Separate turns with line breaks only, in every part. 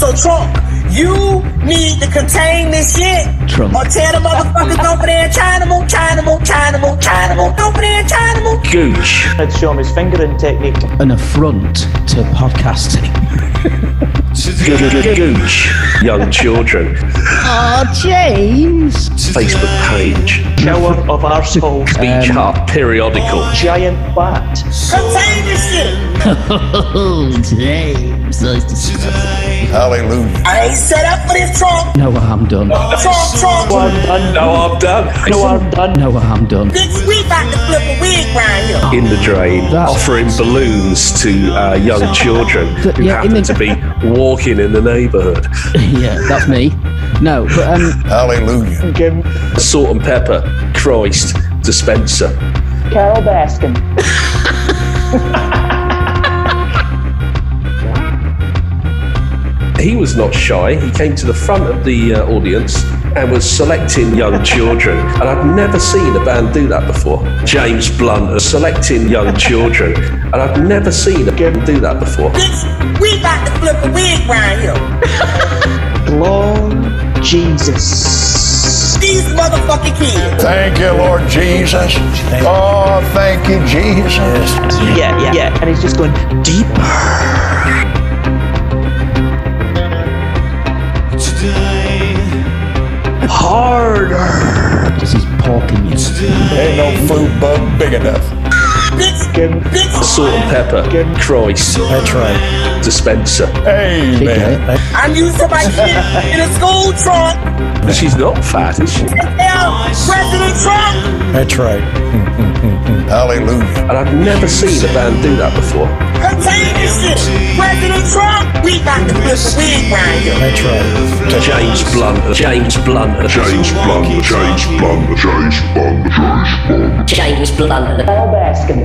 Yo, Trump, you need to contain this shit.
Trump.
Or tell the motherfuckers over there in China, move, China, move, China, move, China, move, over there in China, move.
Gooch.
I'd show him his fingering technique.
An affront to podcasting.
Gooch. Young children.
Oh, James.
Facebook page.
Shower of arseholes.
Beach
Um,
Hut periodical.
Giant bat.
Contain this shit.
Oh, James. Nice to see you.
Hallelujah.
I ain't set up for this, Trump.
No, I'm done.
Trump, Trump.
No harm done.
No, I'm done.
No harm done.
No, I'm done.
Bitch, we about to flip a wig round here.
In the drain,
That's-
offering balloons to uh, young children
Th-
who
yeah,
happen
in the-
to be walking in the neighbourhood.
yeah, that's me. No, but um,
Hallelujah.
Jim
Salt and pepper, Christ, dispenser.
Carol Baskin.
He was not shy. He came to the front of the uh, audience and was selecting young children. And I've never seen a band do that before. James Blunt was selecting young children. And I've never seen a band do that before.
Bitch, we about to flip a wig round here.
Lord Jesus.
These motherfucking kids.
Thank you, Lord Jesus. Oh, thank you, Jesus.
Yeah, yeah, yeah. And he's just going deeper. Harder.
this is porking you.
Ain't no food bug big enough.
Bitch,
Jim
bitch,
Salt and pepper, Christ,
That's right.
dispenser.
Amen.
I'm used to my kids in a school, Trump.
She's not fat, is she?
Tell President Trump.
That's right.
Hallelujah.
And I've never seen a band do that before.
Contain this shit. President Trump, we got to flip a wig round here.
That's right.
James Blunt, uh, James Blunt, James Blunt, James Blunt.
James Blunt.
Carol Baskin.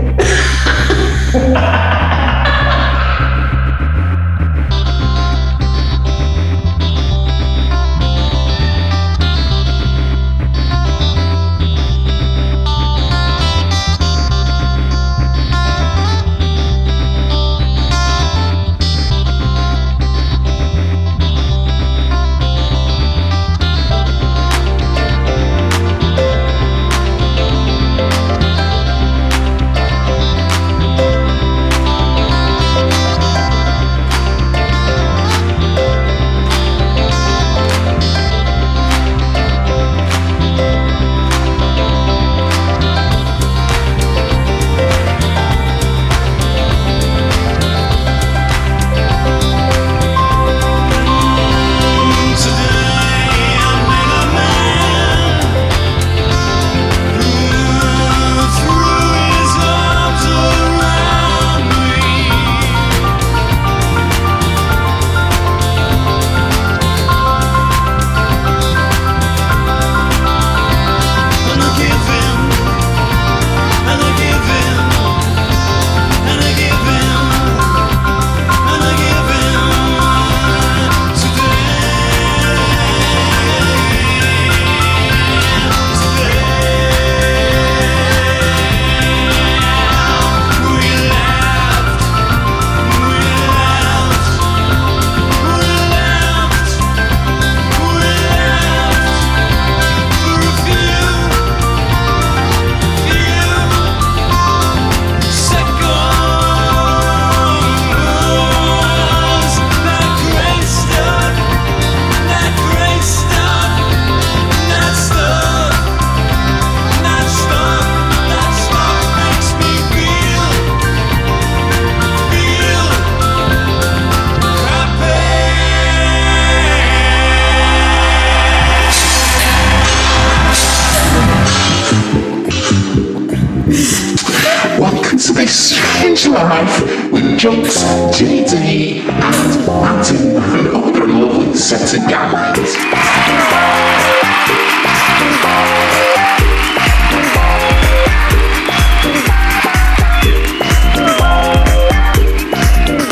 One could live a strange life with jokes, JD, and Martin, and other lovely set of guys.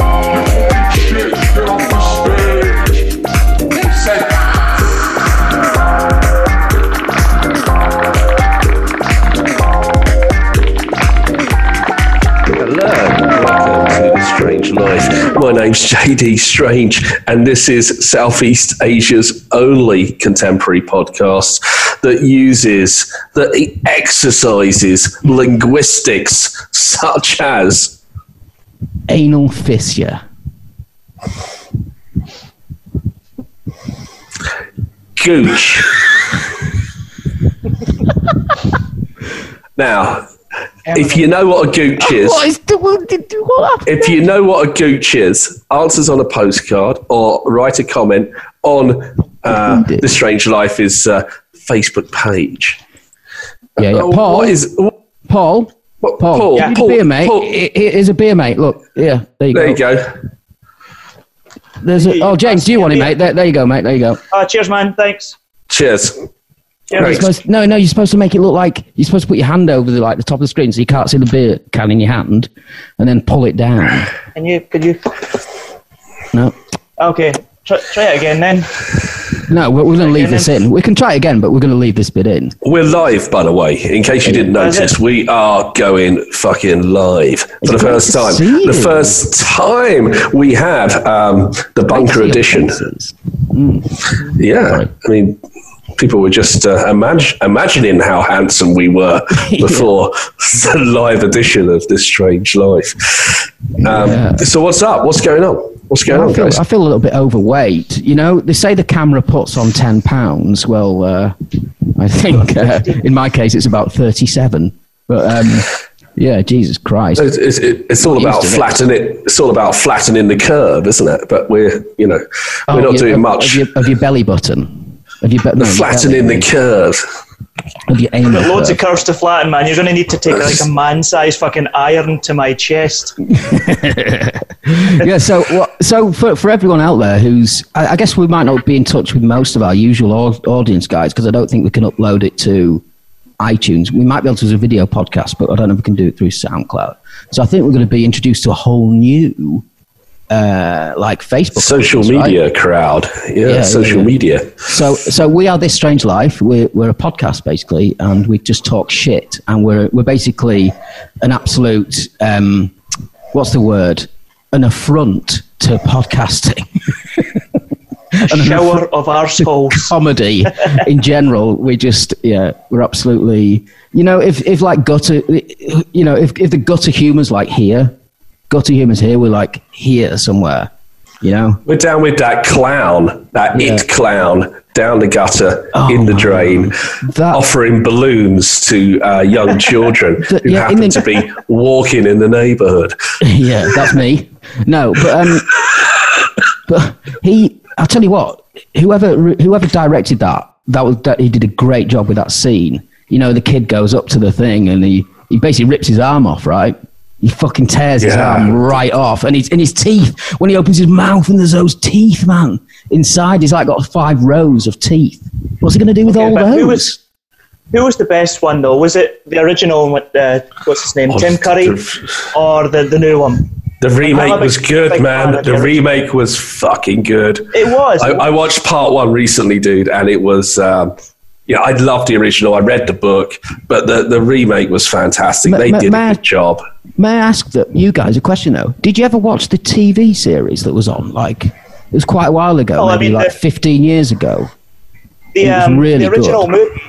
Shake from the stage. They said,
Hello, welcome to the Strange Strange Life. My name's JD Strange, and this is Southeast Asia's only contemporary podcast that uses, that exercises linguistics such as
Anal fissure.
gooch. now, if you know what a gooch is.
What is the what, the- the- what happened?
If you know what a gooch is, answers on a postcard or write a comment on uh,
Indeed.
The Strange Life is uh, Facebook page.
Yeah, yeah.
Oh,
Paul,
what is, what,
Paul,
what-
Paul,
Paul,
here's
Paul,
a beer, mate.
Paul.
Here- Here's a beer, mate. Look, yeah, there you
there
go.
you go.
There's a, oh, James, do you want it, mate? There, there you go, mate. There you go.
Uh, cheers, man. Thanks.
Cheers.
You're
Thanks.
supposed- no, no, you're supposed to make it look like you're supposed to put your hand over the like the top of the screen so you can't see the beer can in your hand, and then pull it down.
Can you? Could you?
No,
Okay. Try, try it again then.
no, we're, we're going to leave this in. We can try it again, but we're going to leave this bit in.
We're live, by the way. In case you didn't
Is
notice,
it?
we are going fucking live for the
great
first
to
time.
see you.
The first time we have um, the bunker
See your
edition. Mm.
faces.
Yeah, I mean, people were just uh, imag- imagining how handsome we were before the live edition of this strange life. Um,
Yeah.
So what's up? What's going on? What's going
I
on,
feel,
guys?
I feel a little bit overweight. You know, they say the camera puts on ten pounds. Well, uh, I think uh, in my case it's about thirty-seven. But um, yeah, Jesus Christ.
It's, it's, it's all
Used
about
to it.
flattening it. It's all about flattening the curve, isn't it? But we're, you know, we're
Oh,
not
you-
doing
of,
much.
Of your, of your belly button. Of your, be- no, your
flattening
belly,
the curve.
of your anal.
Got loads
curve.
of curves to flatten, man. You're going to need to take like a man-sized fucking iron to my chest.
yeah. So, what- so for, for everyone out there who's, I, I guess we might not be in touch with most of our usual au- audience guys because I don't think we can upload it to iTunes. We might be able to do a video podcast, but I don't know if we can do it through SoundCloud. So I think we're going to be introduced to a whole new, uh, like Facebook,
Social
audience, right?
media crowd. Yeah,
yeah,
social
yeah.
media.
So, so we are this strange life. We're, we're a podcast basically, and we just talk shit. And we're we're basically an absolute um, what's the word? An affront to podcasting,
A shower of arseholes.
comedy in general. We just yeah, we're absolutely you know if if like gutter you know if if the gutter humor's like here, gutter humor's here. We're like here somewhere, you know.
We're down with that clown, that
Yeah. Oh,
it clown, down the gutter, in the drain,
That-
offering balloons to uh, young children
The-
who
yeah,
happen
in the-
to be walking in the neighbourhood.
yeah, that's me. No, but um, but he. I'll tell you what. Whoever whoever directed that, that was that he did a great job with that scene. You know, the kid goes up to the thing and he he basically rips his arm off, right? He fucking tears his
Yeah.
arm right off, and he's in his teeth. When he opens his mouth, and there's those teeth, man. Inside, he's like got five rows of teeth. What's he gonna do with all
but
those?
who was who was the best one though? Was it the original? one with, Uh, what's his name?
Oh,
Tim Curry,
the-
or the the new one?
The remake
I'm a
was
big-
good,
big fan
man.
of
The
the original.
remake was fucking good.
It was.
I, I watched part one recently, dude, and it was. Um, yeah, I loved the original. I read the book, but the, the remake was fantastic.
Ma-
they
ma-
did
ma-
a good job.
May I ask that you guys a question though? Did you ever watch the TV series that was on? Like it was quite a while ago,
Oh, I
maybe
mean,
like
the-
fifteen years ago.
the, um,
It was really
the original
good.
movie.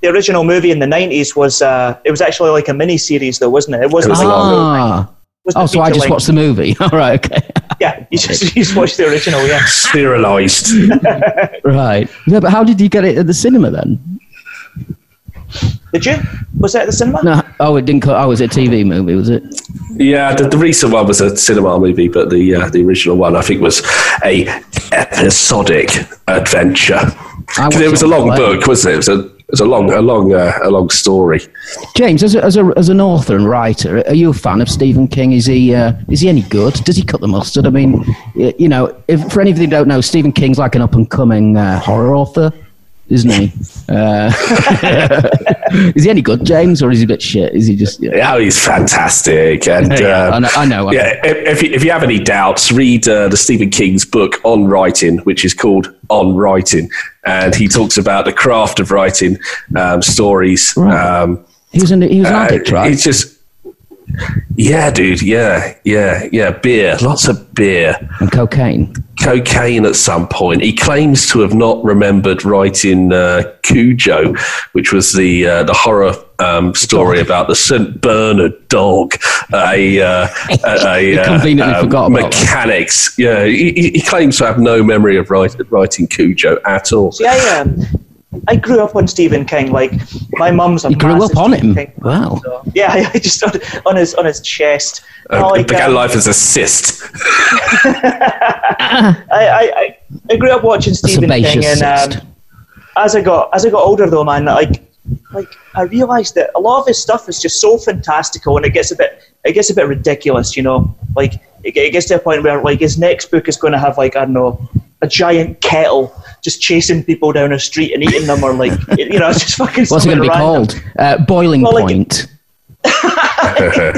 The original movie in the nineties was uh, it was actually like a mini series though, wasn't it? It wasn't.
It was
like-
long.
Ah,
wasn't
oh, so I just
feature-length.
watched the movie. All right, okay,
Yeah, you just, you just watched the original. Yeah,
Serialized.
right. Yeah, but how did you get it at the cinema then?
did you? Was that at the cinema?
No, oh, it didn't. Co- oh, was it a TV movie? Was it?
Yeah, the, the recent one was a cinema movie, but the uh, the original one I think was a episodic adventure.
I
'Cause
watched
it was
it
a
on
long
the plane.
book, wasn't it? It was a, it was a long, a long, uh, a long story.
James, as, a, as, a, as an author and writer, are you a fan of Stephen King? Is he uh, is he any good? Does he cut the mustard? I mean, y- you know, if, for any of you who don't know, Stephen King's like an up and coming uh, horror author, isn't he? Uh, is he any good, James, or is he a bit shit? Is he just yeah?
Yeah, he's fantastic, and
Yeah,
uh,
I know. I know, I know.
yeah, if, if you, if you have any doubts, read uh, the Stephen King's book on writing, which is called On Writing, and he talks about the craft of writing um, stories.
Right.
Um,
He was an he was an
uh,
addict, right?
It's just Yeah, dude. Yeah, yeah, yeah. Beer, lots of beer.
and cocaine.
cocaine at some point. He claims to have not remembered writing uh, Cujo, which was the uh, the horror um, story about the St Bernard dog, a, uh, a, a,
He
uh,
conveniently forgot about that.
mechanics. Yeah, he, he- he claims to have no memory of write, writing Cujo at all.
See, I um, I grew up on Stephen King. Like my mum's a
You grew
massive
up on
Stephen
him.
King fan,
Wow.
so- yeah, I, I just on, on his on his chest.
Uh,
I, like,
began
um,
life as a cyst.
I, I, I, I grew up watching Stephen King,
sebaceous
and
cyst.
um, as I got as I got older, though, man, like like I realised that a lot of his stuff is just so fantastical, and it gets a bit it gets a bit ridiculous, you know. Like it, ge- it gets to a point where like his next book is going to have like I don't know a giant kettle just chasing people down a street and eating them, or like you know, it's just fucking.
What's it going to be
something random.
called? Uh, boiling
Well, like-
point. yeah,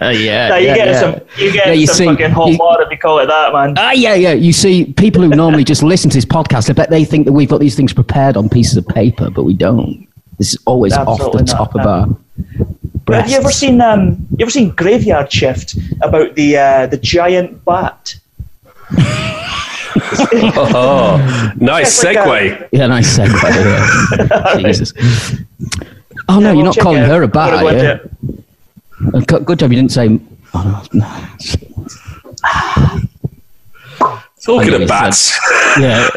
Yeah,
yeah,
you get
yeah.
some, you get
Yeah, you
some
see-
fucking hot
you-
water. We call it that, man.
Ah, yeah, yeah. You see, people who normally just listen to this podcast, I bet they think that we've got these things prepared on pieces of paper, but we don't. This is always off
Absolutely
the
not,
top of
no.
our.
But have you ever
breasts.
seen um, you ever seen Graveyard Shift about the uh, the giant bat?
Oh, nice
It's like
segue.
Yeah, nice segue. yeah. Jesus. Oh no,
Yeah,
you're
we'll
not
check
calling
it.
her a
We're
bat,
gonna
are
go
you?
into it.
Uh, good- Good job you didn't say. Oh, no, no.
Talking
I
of
nearly
bats,
Yeah.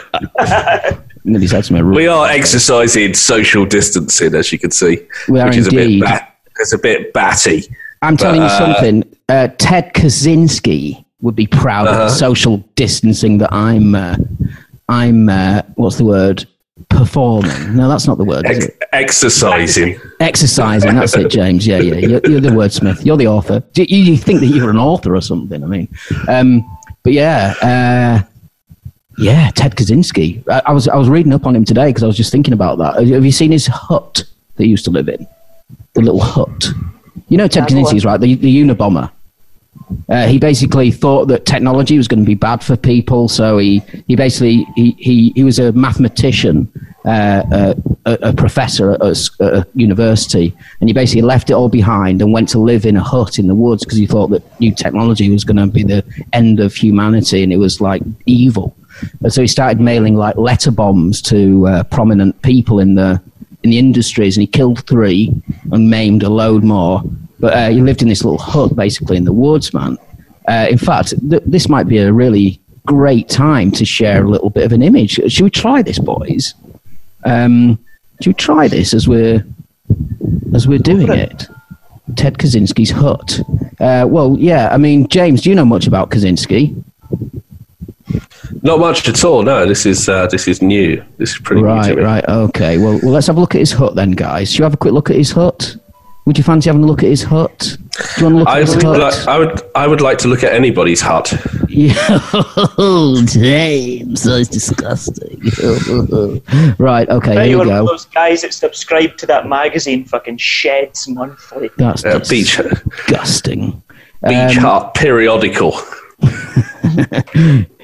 Nearly said something rude.
we are exercising social distancing, as you can see,
We are
which is a bit
indeed.
bat- it's a bit batty.
I'm telling
uh,
you something. Uh, Ted Kaczynski would be proud
Uh-huh.
of the social distancing that I'm. Uh, I'm. Uh, what's the word? Performing. No, that's not the word. Is
Ex-
it?
exercising.
Exercising. That's it, James. Yeah, yeah. You're, you're the wordsmith. You're the author. Do You, you think that you're an author or something? I mean, um, but yeah, uh, yeah. Ted Kaczynski. I, I was I was reading up on him today because I was just thinking about that. Have you- Have you seen his hut that he used to live in? The little hut. You know Ted
Yeah, go on.
Kaczynski is right. The the Unabomber. Uh, he basically thought that technology was going to be bad for people, so he, he basically he, he, he was a mathematician, uh, uh, a, a professor at a, s- at a university, and he basically left it all behind and went to live in a hut in the woods because he thought that new technology was going to be the end of humanity and it was like evil. And so he started mailing like letter bombs to uh, prominent people in the in the industries, and he killed three and maimed a load more. But uh, he lived in this little hut, basically in the woods, man. Uh, in fact, th- this might be a really great time to share a little bit of an image. Should we try this, boys? Um, should we try this as we're as we're doing it? Ted Kaczynski's hut. Uh, well, yeah. I mean, James, do you know much about Kaczynski?
Not much at all. No, this is uh, this is new. This is pretty new
Right,
to me.
right, okay. Well, well, let's have a look at his hut then, guys. Should you have a quick look at his hut? Would you fancy having a look at his hut? Do you want to look
I
at his
would,
hut?
like, I would I would like to look at anybody's hut. uh,
Oh, James, that is disgusting. right, okay,
Bet you
here we
were one of
go.
those guys that subscribed to that magazine, fucking Sheds Monthly.
That's
Uh, beach
disgusting. Um,
beach hut periodical.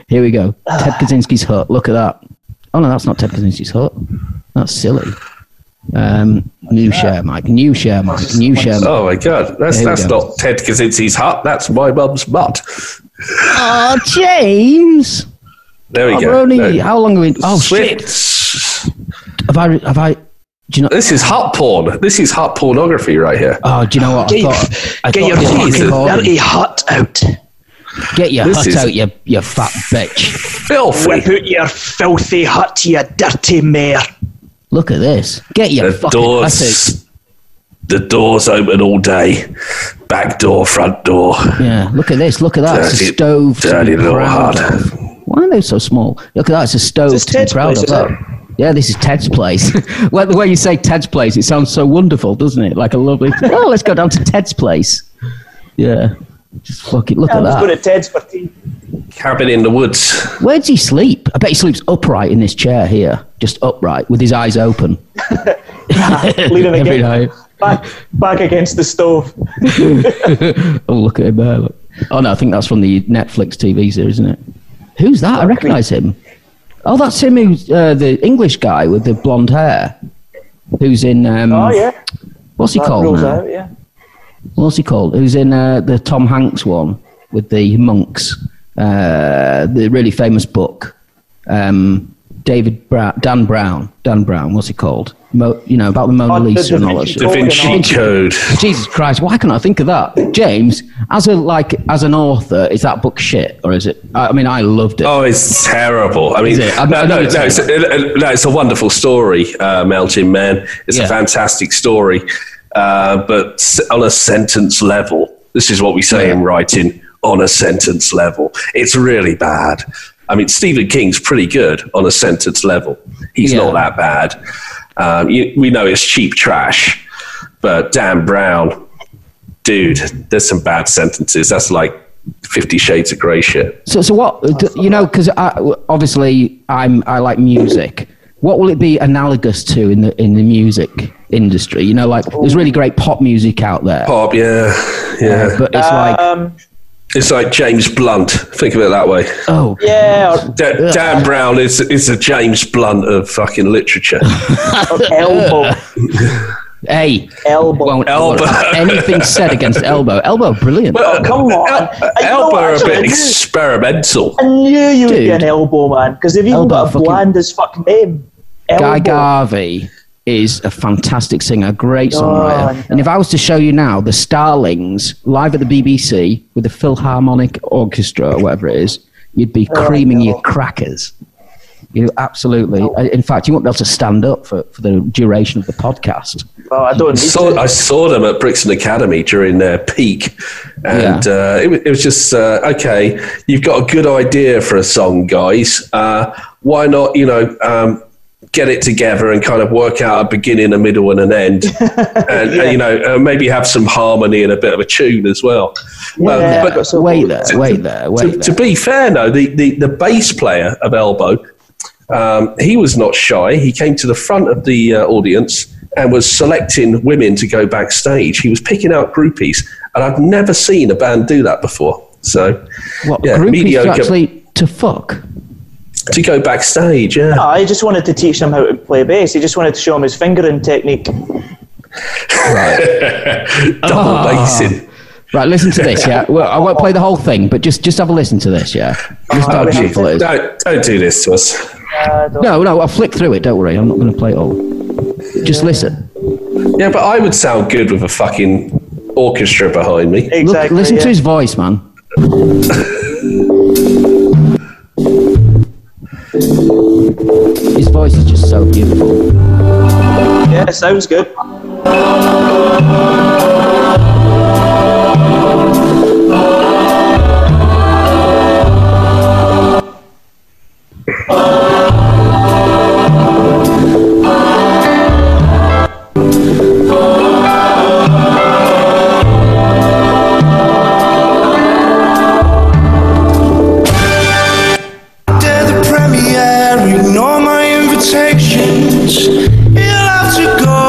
Here we go. Ted Kaczynski's hut. Look at that. Oh no, that's not Ted Kaczynski's hut. That's silly. Um, new share, Mike. New share, Mike. New share. Mike.
Oh my god, that's
There we
that's
go.
not Ted Kaczynski's hut. That's my mum's butt.
Oh, James.
There we
Oh,
go.
we're only,
No.
How long are we? Oh
Swift.
shit! Have I? Have I? Do you know?
This is hut porn. This is hut pornography right here.
Oh, do you know what? I
Get your-
thought, I
Get
thought
your
this was
fucking
recording.
dirty hut out.
Get your
This
hut
is-
out, you you fat bitch!
Filthy.
Whip out your filthy hut, you dirty mare.
Look at this. Get your
The
fucking hut
doors. The doors open all day. Back door, front door.
out. Yeah. Look at this. Look at that. It's a
Dirty-
stove. to
dirty
be
little
proud
hut.
of. Why are they so small? Look at that. It's a stove
This is
to be
Ted's
proud of.
place, isn't
Look. Yeah, this is Ted's place. well, the way you say Ted's place, it sounds so wonderful, doesn't it? Like a lovely. oh, let's go down to Ted's place. Yeah. Just fucking look
I
at
was
that.
going to Ted's for tea.
Cabin in the woods.
Where does he sleep? I bet he sleeps upright in this chair here, just upright with his eyes open.
Leaning
Every night.
against, back, back against the stove.
Oh, look at him there. Look. Oh, no, I think that's from the Netflix TV series, isn't it? Who's that? I recognize him. Oh, that's him who's uh, the English guy with the blonde hair who's in. Um,
Oh yeah,
What's he
that
called
rules
now?
out. Yeah,
what's he called? Who's in uh, the Tom Hanks one with the monks? Uh, the really famous book. Um, David Brown, Dan Brown, Dan Brown. What's he called? Mo, you know about the Mona
Oh, the
Lisa
Da
and all that
Vinci
shit.
Da
Code and all
Vinci
that.
Code.
Jesus Christ! Why can't I think of that, James? As a like, as an author, is that book shit or is it? I, I mean, I loved it.
Oh, it's terrible. I mean,
Is it? I-
no,
I know
no,
it's
no, it's a, uh, no, it's a wonderful story, uh, Mountain Man. It's
Yeah.
a fantastic story. Uh, but s- on a sentence level, this is what we say in writing on a sentence level. It's really bad. I mean, Stephen King's pretty good on a sentence level. He's
Yeah.
not that bad. Um, you, we know it's cheap trash, but Dan Brown, dude, there's some bad sentences. That's like Fifty Shades of Grey shit.
So, so what d- you know? Because obviously, I'm I like music. What will it be analogous to in the in the music industry? You know, like there's really great pop music out there,
Pop, yeah, yeah.
but it's like
Um,
It's like James Blunt. Think of it that way.
oh,
yeah, or,
Da- Dan Brown is is a James Blunt of fucking literature.
or elbow,
hey,
elbow.
won't
Elbow.
have anything said against elbow? Elbow, brilliant.
Well,
Oh, come on. I know,
Elba are a
actually, I
bit
knew-
experimental.
I knew you would be
Dude.
an elbow man because they've even
Elbow
got a
fucking-
bland as fuck name. Elbow.
Oh,
Guy Garvey is a fantastic singer, a
Oh,
great songwriter.
no.
And if I was to show you now the Starlings live at the BBC with the Philharmonic Orchestra or whatever it is, you'd be
Oh,
creaming your crackers. You absolutely.
Oh.
uh, In fact, you won't be able to stand up for, for the duration of the podcast.
Well, Oh, I don't need
Saw,
to.
I saw them at Brixton Academy during their peak, and
Yeah.
uh, it, wa- it was just uh, okay. You've got a good idea for a song, guys. Uh, why not? You know. Um, Get it together and kind of work out a beginning, a middle, and an end, and, and, you know uh, maybe have some harmony and a bit of a tune as well. Um,
Yeah,
but-
but so-
wait there,
to-
wait there, wait
to,
there.
to be fair, though, the, the, the bass player of Elbow, um, he was not shy. He came to the front of the uh, audience and was selecting women to go backstage. He was picking out groupies, and I've never seen a band do that before. So,
what
yeah,
group is
mediocre-
actually to fuck?
to go backstage, yeah.
Ah.
No, I just wanted to teach him how to play bass. He just wanted to show him his fingering technique.
Double bassing.
Right, listen to this. Yeah, well, I won't play the whole thing, but just just have a listen to this. Yeah, just how
Oh,
beautiful it
gee,
is.
don't, don't do this to us.
Uh, don't-
No, no, I'll flick through it. Don't worry, I'm not going to play it all. Just listen.
Yeah, but I would sound good with a fucking orchestra behind me.
exactly.
Look, listen
yeah.
to his voice, man. his voice is just so beautiful.
Yeah, sounds good.
After the premiere, ignore my invitations. You'll have to go.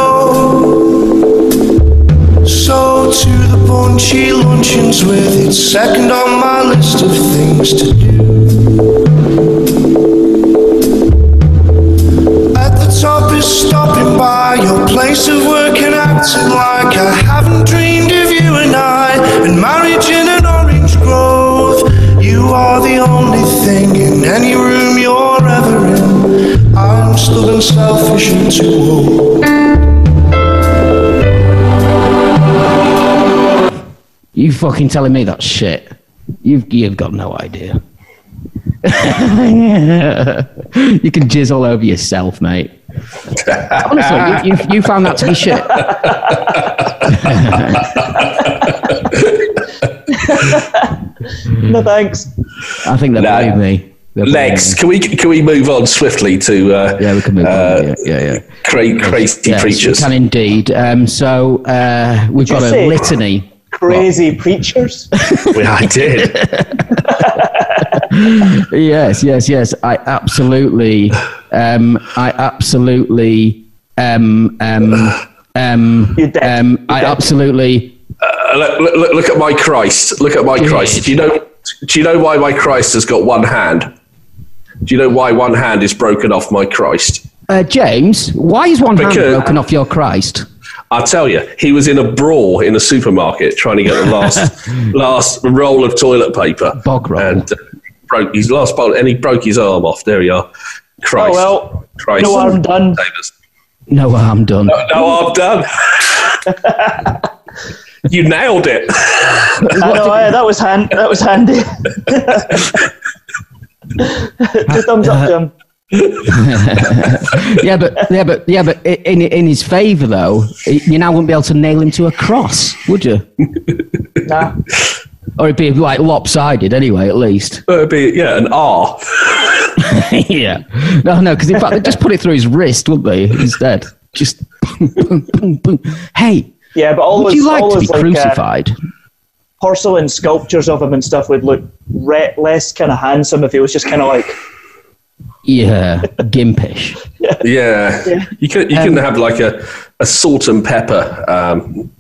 So to the paunchy luncheons with it's second on my list of things to do. At the top is stopping by your place of work and acting like I haven't dreamed of you and I and marriage in an orange grove. You are the only thing in any room you're ever in. I'm stubborn, selfish, and too old.
You fucking telling me that shit? You've you've got no idea. you can jizz all over yourself, mate. Honestly, you, you, you found that to be shit.
No thanks.
I think they
No.
believe me. They believe
Legs,
me.
can we can we move on swiftly to uh,
Yeah, we can move on.
uh,
Yeah, yeah, yeah.
cra- crazy
Yes,
preachers?
we can indeed. Um, so uh, we've
you
got a
say-
litany.
Crazy preachers.
Well, I did.
Yes, yes, yes. I absolutely, um, I absolutely, um, um, um,
You dead.
um, I
You dead.
absolutely.
Uh, look, look- look, look at my Christ. Look at my Christ. Do you know? Do you know why my Christ has got one hand? Do you know why one hand is broken off my Christ?
Uh, James, why is one hand
Because-
broken off your Christ?
I tell you, he was in a brawl in a supermarket trying to get the last last roll of toilet paper.
Bog roll.
And uh, broke his last bowl, and he broke his arm off. There we are. Christ.
Oh, well,
Christ.
no harm done.
Davis.
No harm done.
No harm done. you nailed it.
I know, aye, that was hand, that was handy. Two thumbs up, Jim.
yeah, but yeah, but yeah, but i- in in his favour though, i- you now wouldn't be able to nail him to a cross, would you?
Nah.
Or it'd be like lopsided anyway, at least.
It'd be, yeah, an R.
yeah. No, no, because in fact they just put it through his wrist, wouldn't they? Instead, just boom, boom, boom, boom. Hey,
Yeah, but all
would
those,
you like
all
to be
those, like, uh,
crucified?
porcelain sculptures of him and stuff would look re- less kind of handsome if he was just kind of like
yeah, gimpish.
Yeah. You could you can have like a, a salt and pepper um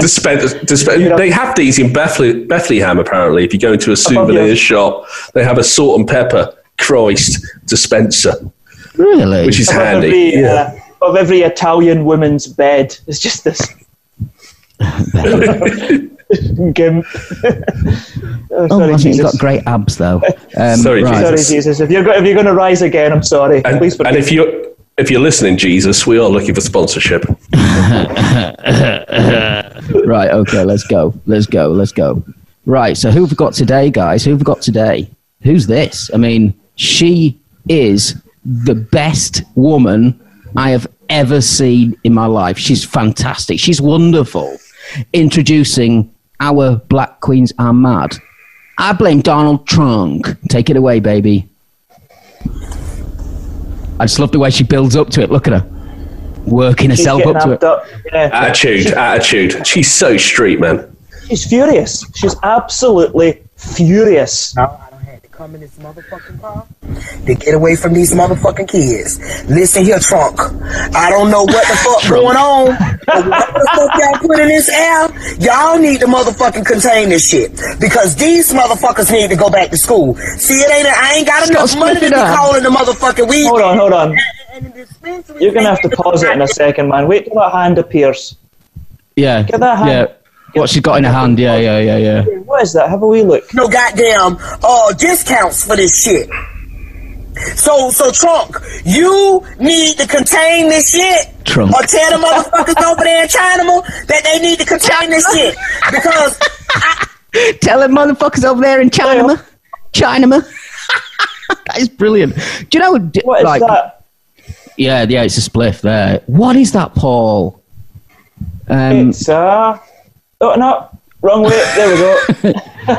dispense, dispense, they have these in Bethle- Bethlehem apparently. If you go into a souvenir
yeah.
shop, they have a salt and pepper Christ dispenser,
Really?
which is
above
handy.
every uh, of every Italian woman's bed. It's just this gimp. oh,
oh, I think you've
sorry, Jesus.
got great abs though. Um,
Sorry,
right.
Sorry, Jesus. If you're go- if you're going to rise again, I'm sorry.
And,
Please forgive
and if you if you're listening, Jesus, we are looking for sponsorship.
Right, okay, let's go. Let's go. Let's go. Right, so who've we got today, guys? Who've we got today? Who's this? I mean, she is the best woman I have ever seen in my life. She's fantastic. She's wonderful. Introducing our Black Queens are mad. I blame Donald Trump. Take it away, baby. I just love the way she builds up to it. Look at her. Working
She's
herself
getting
up to it.
amped up. Yeah.
Attitude, attitude. She's so street, man.
She's furious. She's absolutely furious.
No, I don't have to come in this motherfucking car to get away from these motherfucking kids. Listen here, Trunk. I don't know what the fuck going on, but whatever the fuck y'all put in this air, y'all need to motherfucking contain this shit because these motherfuckers need to go back to school. See, it ain't. I ain't got enough
Stop
money to be
sniffing up.
calling the motherfucking weed.
Hold on, hold on.
And the dispensaries
You're going to have to
ain't
pause it in a second, man. Wait till that hand appears.
Yeah.
Get that hand.
Yeah. What she's got in her hand. Yeah, yeah, yeah, yeah.
What is that? Have a wee look.
no goddamn uh, discounts for this shit. So, so Trunk, you need to contain this shit.
Trunk.
Or tell the motherfuckers over there in China mo- that they need to contain this shit. Because
Tell them motherfuckers over there in China, China. that is brilliant. Do you know? d-
What is
like,
that?
Yeah, yeah, it's a spliff there. What is that, Paul? Um,
It's uh oh no, wrong way. There we go.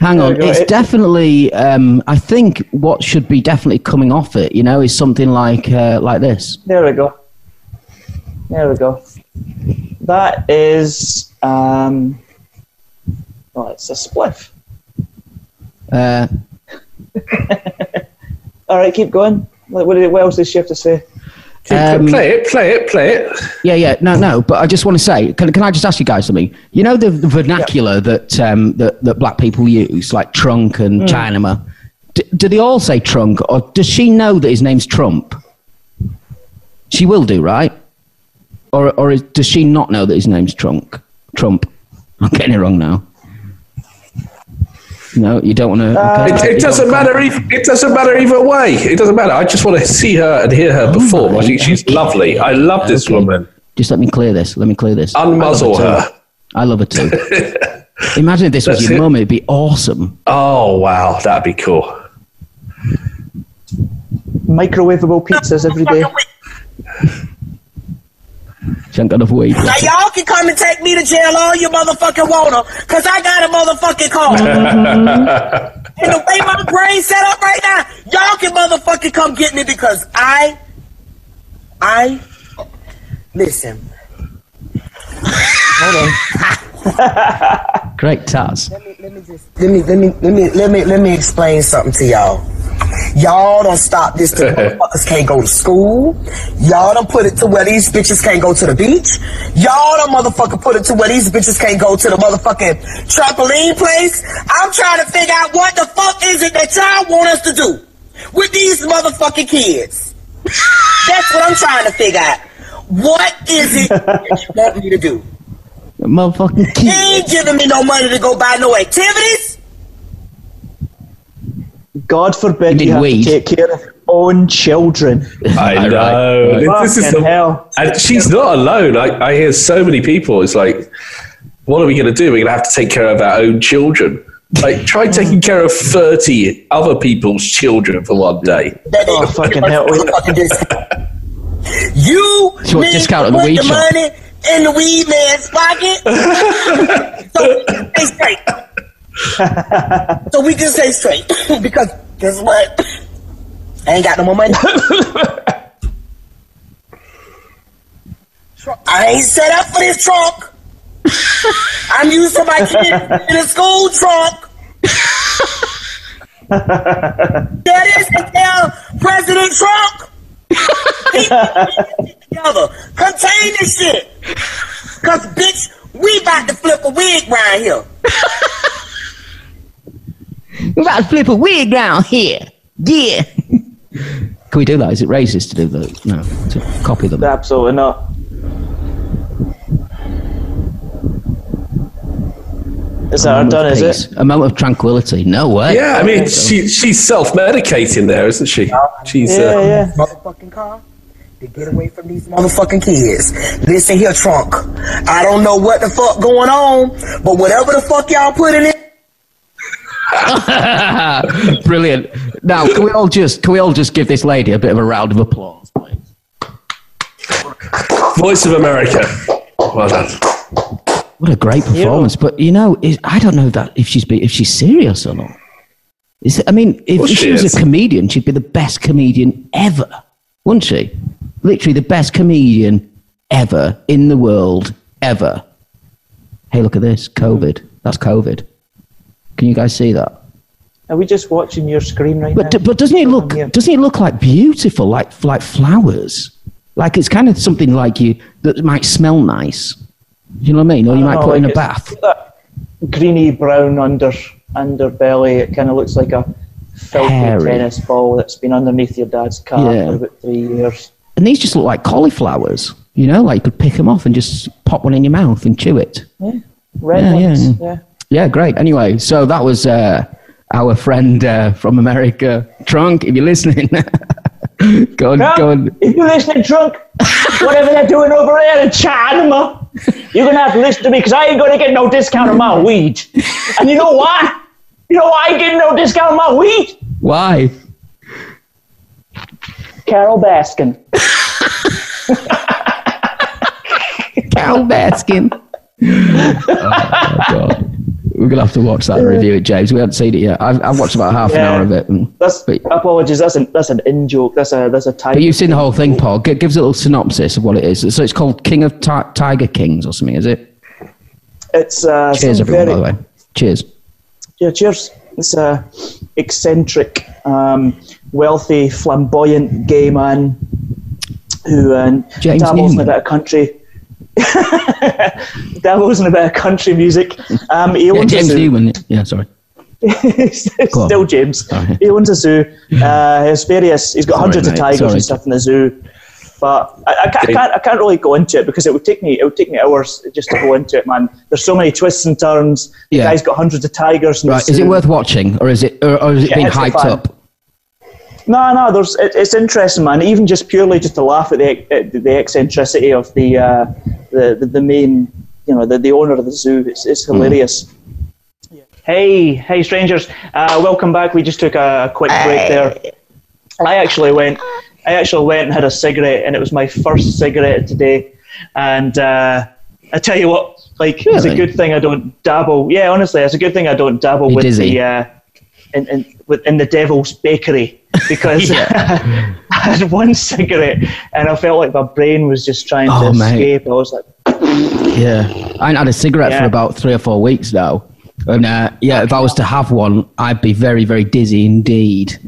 hang on,
we go.
it's
It-
definitely. Um, I think what should be definitely coming off it, you know, is something like uh, like this.
There we go. There we go. That is um. Oh, it's a spliff.
Uh,
All right, keep going. What, what did- what else does she have to say?
Um,
play it, play it, play it.
Yeah, yeah, no, no. But I just want to say, can, can I just ask you guys something? You know the, the vernacular that, um, that that black people use, like trunk
Mm.
and Chinaman. D- do they all say trunk, or does she know that his name's Trump? She will do, right? Or or is, does she not know that his name's Trunk? Trump. I'm getting it wrong now. No, you don't want to.
Uh, It, it doesn't matter. Either, it doesn't matter either way. It doesn't matter. I just want to see her and
Oh
hear her perform. I think she's lovely. I love this woman.
Just let me clear this. Let me clear this. I love
Unmuzzle
her too.
her.
I love her too. Imagine if this was
That's
your
it.
mum, it'd be awesome.
Oh wow, that'd be cool.
Microwavable pizzas every day.
She ain't got enough weight.
now y'all can come and take me to jail all you motherfucking wanna, cause I got a motherfucking car. and the way my brain's set up right now, y'all can motherfucking come get me because I, I, listen.
Great Taz.
let me let me let me let me let me explain something to y'all. Y'all don't stop this till motherfuckers can't go to school. Y'all don't put it to where these bitches can't go to the beach. Y'all don't motherfucker put it to where these bitches can't go to the motherfucking trampoline place. I'm trying to figure out what the fuck is it that y'all want us to do with these motherfucking kids. That's what I'm trying to figure out. What is it that you want me to do?
Motherfucking
You
key.
ain't giving me no money to go buy no activities.
God forbid
You mean
you, have
weed.
to take care of your own children.
I know. This is
Fucking
the-
hell.
and she's not alone. I, I hear so many people. It's like, what are we going to do? We're going to have to take care of our own children. Like, try taking care of 30 other people's children for one day.
That
Oh,
ain't-
fucking hell.
Fucking discount. You
So what,
need
discount
to
on the
put
weed
the
shop?
money in the weed man's pocket. so we can stay straight. so we can stay straight because guess what? I ain't got no more money. I ain't set up for this trunk. I'm used to my kids in a school trunk. that is to tell President Trump. Keep together. Contain this shit. Cause bitch, we about to flip a wig round here.
We're about to flip a wig down here. Yeah. Can we do that? Is it racist to do that? No, to copy them.
Absolutely not. Is that
A
her
moment
done,
of
is
peace.
it?
A moment of tranquility. No way.
Yeah, I mean, she, she's self medicating there, isn't she? She's,
Yeah,
uh,
yeah.
Motherfucking car. To get away from these motherfucking kids. Listen here, Trunk. I don't know what the fuck going on, but whatever the fuck y'all put in it,
Brilliant. Now, can we all just can we all just give this lady a bit of a round of applause? please?
Voice of America. Well done.
What a great performance! But you know, it, I don't know that if she's be, if she's serious or not. Is it, I mean, if,
Well,
if she,
she
was
is.
a comedian, she'd be the best comedian ever, wouldn't she? Literally the best comedian ever in the world ever. Hey, look at this! COVID. That's COVID. Can you guys see that?
Are we just watching your screen right
But,
now?
but doesn't it look
Yeah.
doesn't it look like beautiful like like flowers? Like it's kind of something like you that might smell nice. You know what I mean? Or you might
Oh,
put in a
like it's-
bath.
That greeny brown under underbelly. It kind of looks like a filthy
Hairy.
tennis ball that's been underneath your dad's car
Yeah.
for about three years.
And these just look like cauliflowers. You know, like you could pick them off and just pop one in your mouth and chew it.
Red
Yeah, yeah,
ones.
yeah.
Yeah,
Yeah, great. Anyway, so that was uh, our friend uh, from America, Trunk. If you're listening, go and
Trump,
go and
if you're listening drunk, whatever they're doing over there in China, you're gonna have to listen to me because I ain't gonna get no discount on my weed. And you know why? You know why I ain't getting no discount on my weed?
why?
Carol Baskin.
Cal Baskin. oh, my God. We're gonna have to watch that and review it, James. We haven't seen it yet. I've, I've watched about half an
Yeah.
hour of it. and-
That's
But-
apologies. That's an that's an in joke. That's a that's a type.
But you've seen the whole thing, Paul. G- give us a little synopsis of what it is. So it's called King of Ti Tiger Kings or something, is it?
It's uh,
Cheers,
some
everyone.
very-
By the way, cheers.
Yeah, cheers. It's a eccentric, um, wealthy, flamboyant gay man who uh,
James
dabbles in a
Newman.
bit of country. dabbles in a bit of country music. Um, he
Yeah,
owns
James
a zoo.
Newman. Yeah, sorry.
It's
Go on.
Still James.
Sorry.
He owns a zoo. Uh, his various. He's got
Sorry,
hundreds
mate.
of tigers
Sorry.
and stuff in the zoo. But I, I, can't, I can't. I can't really go into it because it would take me. It would take me hours just to go into it, man. There's so many twists and turns. The
Yeah.
guy's got hundreds of tigers. In the
Right, is it
zoo.
worth watching, or is it, or, or is it
Yeah,
being
it's
hyped
fun.
up?
No, no, there's it, it's interesting, man. Even just purely just to laugh at the at the eccentricity of the uh, the, the the main, you know, the, the owner of the zoo. It's, it's hilarious. Hey, hey, strangers! Uh, welcome back. We just took a, a quick break there. I actually went. I actually went and had a cigarette, and it was my first cigarette today. And uh, I tell you what, like it's a
Really?
good thing I don't dabble. Yeah, honestly, it's a good thing I don't dabble
You
with
dizzy?
the. Uh, in, in, with- in the devil's bakery because I had one cigarette and I felt like my brain was just trying to
Oh, mate.
escape. I was like,
Yeah, I ain't had a cigarette for
Yeah.
about three or four weeks now, and uh, yeah, if I was to have one, I'd be very, very dizzy indeed.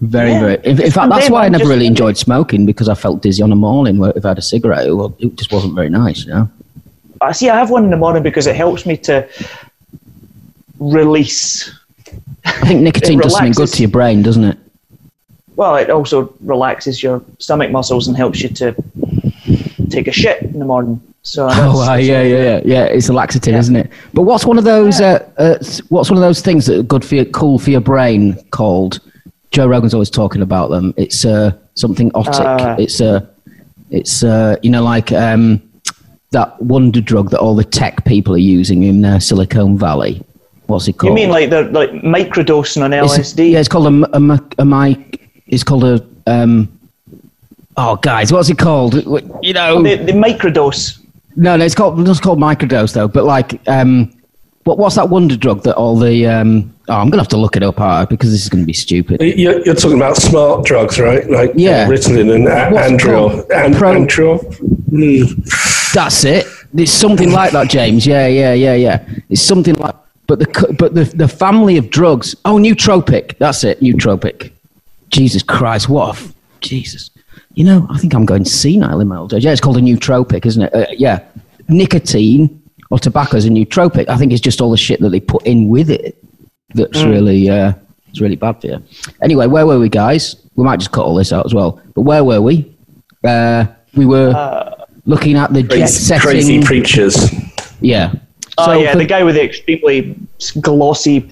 Very,
Yeah.
very. In, in fact,
And
that's
then
why I
I'm
never
just-
really enjoyed smoking because I felt dizzy on the morning. Where if I had a cigarette, it, wa- it just wasn't very nice. You know.
I see, I have one in the morning because it helps me to release.
I think nicotine does something good
relaxes.
to your brain, doesn't it?
Well, it also relaxes your stomach muscles and helps you to take a shit in the morning. So
Oh,
that's-
wow, yeah, yeah, yeah, yeah. It's a laxative, isn't it? But what's one of those? Uh, uh, s- what's one of those things that are good for your, cool for your brain? Called Joe Rogan's always talking about them. It's uh, something otic.
Uh.
it's uh, it's uh, you know like um, that wonder drug that all the tech people are using in uh, Silicon Valley. What's it
you
called?
mean like the like microdosing on
It's-
LSD?
yeah, it's called a, m- a, mi- a mic. It's called a um. Oh, guys, what's it called? You know,
The, the microdose.
no, no, it's called it's called microdose though. But like, um, what what's that wonder drug that all the um? Oh, I'm gonna have to look it up, Art, because this is gonna be stupid.
You're, you're talking about smart drugs, right? Like
Yeah.
uh, Ritalin and a-
What's it
Andril.
called?
And,
Pro-
Andril.
That's it. It's something like that, James. Yeah, yeah, yeah, yeah. It's something like. But the co- but the the family of drugs. Oh, nootropic. That's it. Nootropic. Jesus Christ! What? A f- Jesus. You know, I think I'm going senile in my old age. Yeah, it's called a nootropic, isn't it? Uh, yeah. Nicotine or tobacco is a nootropic. I think it's just all the shit that they put in with it that's
Hmm.
really uh, it's really bad for you. Anyway, where were we, guys? We might just cut all this out as well. But where were we? Uh, we were
Uh,
looking at the jet
Crazy,
setting.
crazy preachers.
yeah.
Oh yeah,
for-
the guy with the extremely glossy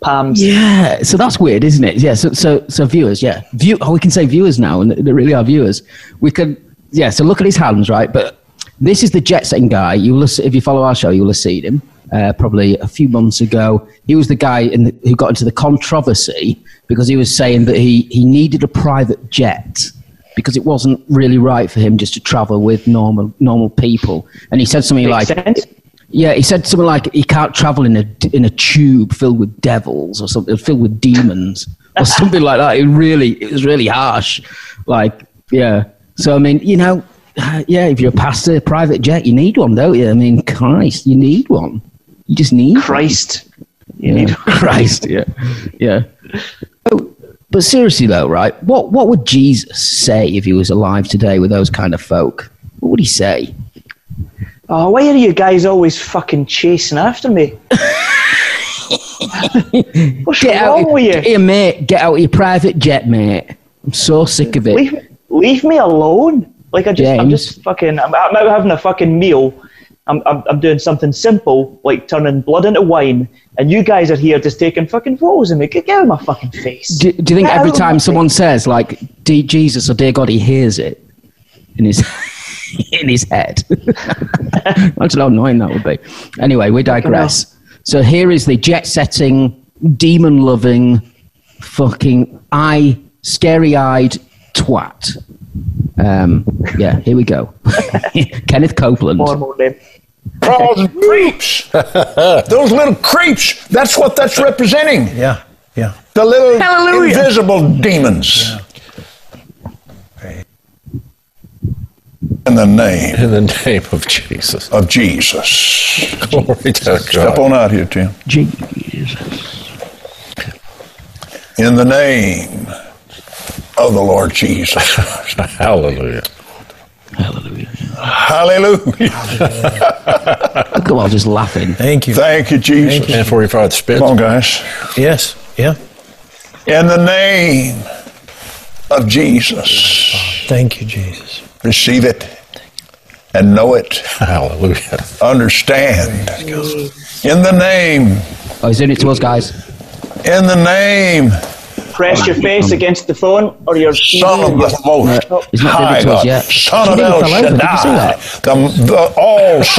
palms.
yeah. So that's weird, isn't it? Yeah. So so so viewers. Yeah. View. Oh, we can say viewers now, and they really are viewers. We can. Yeah. So look at his hands, right? But this is the jet setting guy. You will have- if you follow our show, you will have seen him. Uh, probably a few months ago, he was the guy in the, who got into the controversy because he was saying that he, he needed a private jet because it wasn't really right for him just to travel with normal normal people. And he said something
Makes
like,
sense.
"Yeah," he said something like, "He can't travel in a in a tube filled with devils or something filled with demons or something like that." It really it was really harsh. Like, yeah. So I mean, you know, yeah. If you're a pastor, a private jet, you need one, don't you? I mean, Christ, you need one. You just need one.
Christ. You
Yeah.
need
Christ, yeah, yeah. Oh, but seriously though, right? What what would Jesus say if he was alive today with those kind of folk? What would he say?
Oh, why are you guys always fucking chasing after me? What's
out,
wrong
of-
with you?
get here, mate. Get out of your private jet, mate. I'm so sick of it.
leave, leave me alone. Like I just, I'm
James.
just fucking. I'm, I'm out having a fucking meal. I'm, I'm, I'm doing something simple like turning blood into wine, and you guys are here just taking fucking photos of me. Get, get out of my fucking face.
Do, do you think
Get out
every
of my
time
face.
someone says like "Dear Jesus" or "Dear God," he hears it in his in his head? Imagine how annoying that would be. Anyway, we digress. So here is the jet-setting, demon-loving, fucking eye, scary-eyed twat. Um, yeah, here we go. Kenneth Copeland.
normal name.
all the creeps. Those little creeps. That's what that's representing.
Yeah, yeah.
The little invisible demons. In the name
In the name of Jesus.
of Jesus.
Glory to
Step
God.
on out here, Tim. In the name of the Lord Jesus.
Hallelujah.
Hallelujah.
Look at all Oh, just laughing.
Thank you.
Thank you, Jesus.
And for your father spit.
Come on, guys.
Yes. Yeah.
In the name of Jesus.
Thank you, Jesus.
Receive it and know it.
Hallelujah.
Understand. In the name,
Oh, he's doing it to us, guys.
in the name,
Press
Oh,
your face against the phone or your
Son of the Most
He's not doing it
High
to us
God,
yet.
Son
He
of
didn't
El
fell over, did you see
Shaddai,
that?
the, the all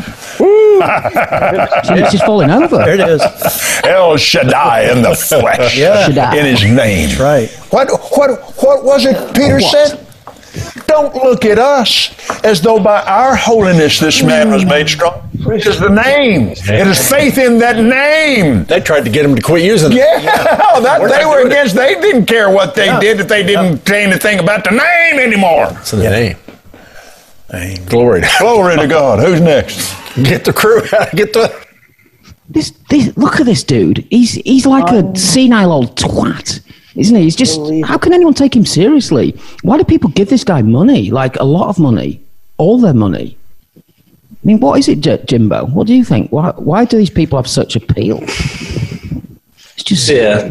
sufficient one.
He's just falling over.
There it is.
El Shaddai in the flesh,
Yeah.
Shaddai.
in His name.
Right.
What what what was it Peter said? Don't look at us as though by our holiness this man was made strong. It is the name. It is faith in that name.
They tried to get him to quit using it.
Yeah, that,
We're
they
not
were
doing it.
against. They didn't care what they did if they didn't say anything about the name anymore.
It's in the name. Glory. to-
Glory to God. Who's next?
Get the crew out. Get the.
This, this, look at this dude. He's he's like a senile old twat, isn't he? He's just. How can anyone take him seriously? Why do people give this guy money? Like a lot of money, all their money. I mean, what is it, J- Jimbo? What do you think? Why why do these people have such appeal? It's just
Yeah.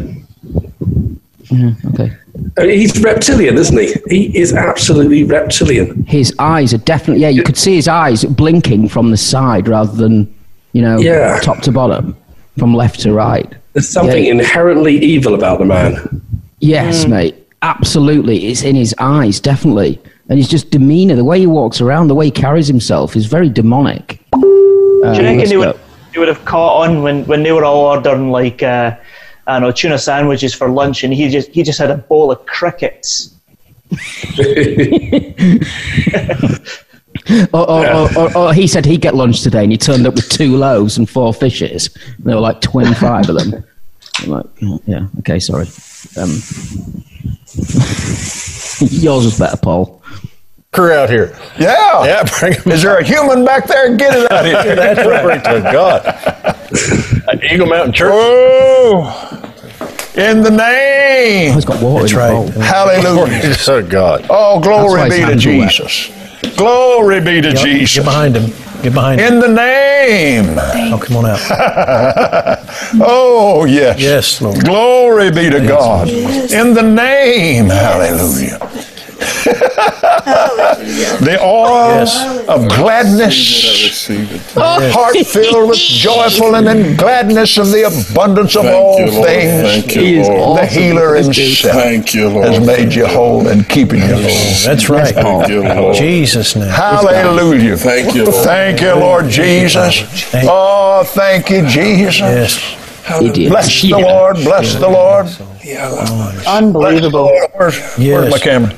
okay.
He's reptilian, isn't he? He is absolutely reptilian.
His eyes are definitely yeah. You could see his eyes blinking from the side rather than you know
Yeah.
top to bottom, from left to right.
There's something
Yeah.
inherently evil about the man.
Mm.
Yes, mate. Absolutely. It's in his eyes, definitely. And his just demeanor, the way he walks around, the way he carries himself is very demonic. Uh,
Do you reckon
let's
they would,
go.
they would have caught on when, when they were all ordering like uh, I don't know tuna sandwiches for lunch, and he just he just had a bowl of crickets.
Or, or, or, or, or oh, he said he'd get lunch today and he turned up with two loaves and four fishes. And there were like 25 of them. I'm like, "Oh, yeah, okay, sorry. Um, yours was better, Paul.
Crew out here.
Yeah.
Yeah, bring him.
Is there a human back there? Get it out of here.
That's right. to God. Eagle Mountain Church.
Oh, in the
Oh,
name.
he's got water in the bowl.
Hallelujah.
Glory to God.
Oh, glory
That's
be
why
to
it's not underwear.
Jesus. Glory be to Jesus.
Get behind him. Get behind him.
In the name.
Oh, come on out.
Oh, yes.
Yes, Lord.
Glory be to God. In the name. Hallelujah. the oil
Yes.
of gladness, a heart filled with joyfulness and gladness of the abundance of
Thank
all
you, Lord.
things.
Thank you,
He is
Lord.
The
awesome.
healer
This dude.
himself
Thank you, Lord.
has made you whole and keeping you whole.
That's right.
Thank you, Lord.
Jesus now.
Hallelujah.
Thank you, Lord.
Thank you, Lord Jesus.
Thank you.
Oh, thank you, Jesus.
Yes.
Idiot.
Bless the
Yeah.
Lord. Bless the Lord. Bless the
Unbelievable.
Lord. Where's, where's my
Yes.
camera?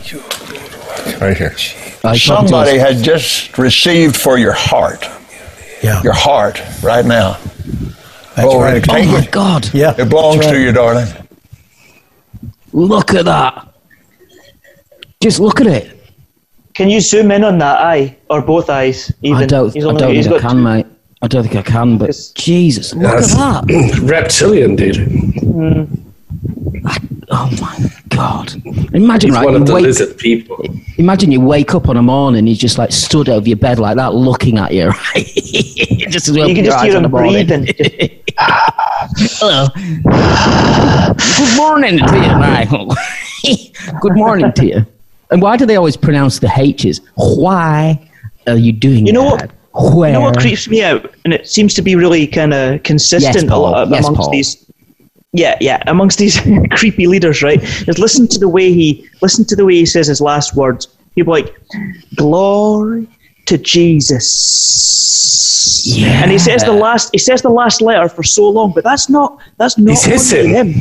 Right here.
I can't do
Somebody
it.
has just received for your heart,
Yeah.
your heart right now.
That's
Glory
right.
to
Oh my
God.
God.
Yeah.
It belongs to you, darling.
Look at that. Just look at it.
Can you zoom in on that eye or both eyes? Even
I don't,
He's
I
only-
don't
he's
think I
got
can, mate. I don't think I can, but
It's-
Jesus, look at that.
reptilian, dude.
Oh my God. Imagine,
He's
right?
one
You
of the
wake,
lizard people.
imagine you wake up on a morning, he's just like stood over your bed like that, looking at you, right? just as well
You can just hear him breathing.
Hello. Good morning to you, Michael. Good morning to you. And why do they always pronounce the H's? Why are you doing
You know
that? Where?
You know what creeps me out, and it seems to be really kind of consistent
Yes,
a
Paul.
lot
Yes,
amongst
Paul.
these. Yeah, yeah, amongst these creepy leaders, right? Is listen to the way he listen to the way he says his last words. People like glory to Jesus.
Yeah.
And he says the last he says the last letter for so long, but that's not that's not
He's
only
hissing.
him.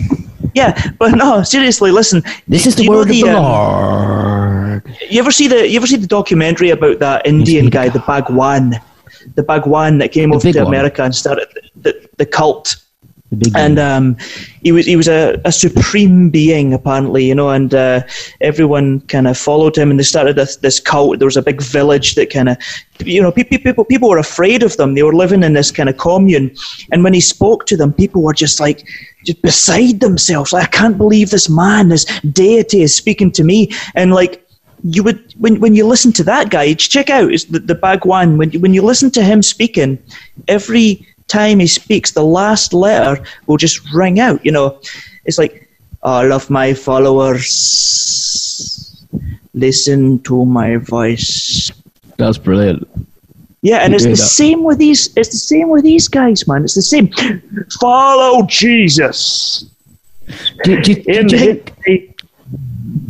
Yeah, but no, seriously, listen.
this is the
do you know
word of the
um,
Lord.
you ever see the you ever see the documentary about that Indian guy, the Bhagwan, the Bhagwan that came over
big
to
one.
America and started the, the, the cult.
The big
And um, he was he was a, a supreme being apparently, you know, and uh, everyone kind of followed him, and they started this, this cult. There was a big village that kind of, you know, pe- pe- people people were afraid of them. They were living in this kind of commune, and when he spoke to them, people were just like just beside themselves. Like I can't believe this man, this deity, is speaking to me, and like you would when when you listen to that guy, check out is the, the Bagwan. When you, when you listen to him speaking, every time he speaks, the last letter will just ring out. You know, it's like all of my followers listen to my voice.
That's brilliant.
Yeah, and it's
Yeah,
the
that-
same with these. It's the same with these guys, man. It's the same. Follow Jesus.
Do, do, do,
In
do you
his
think, do you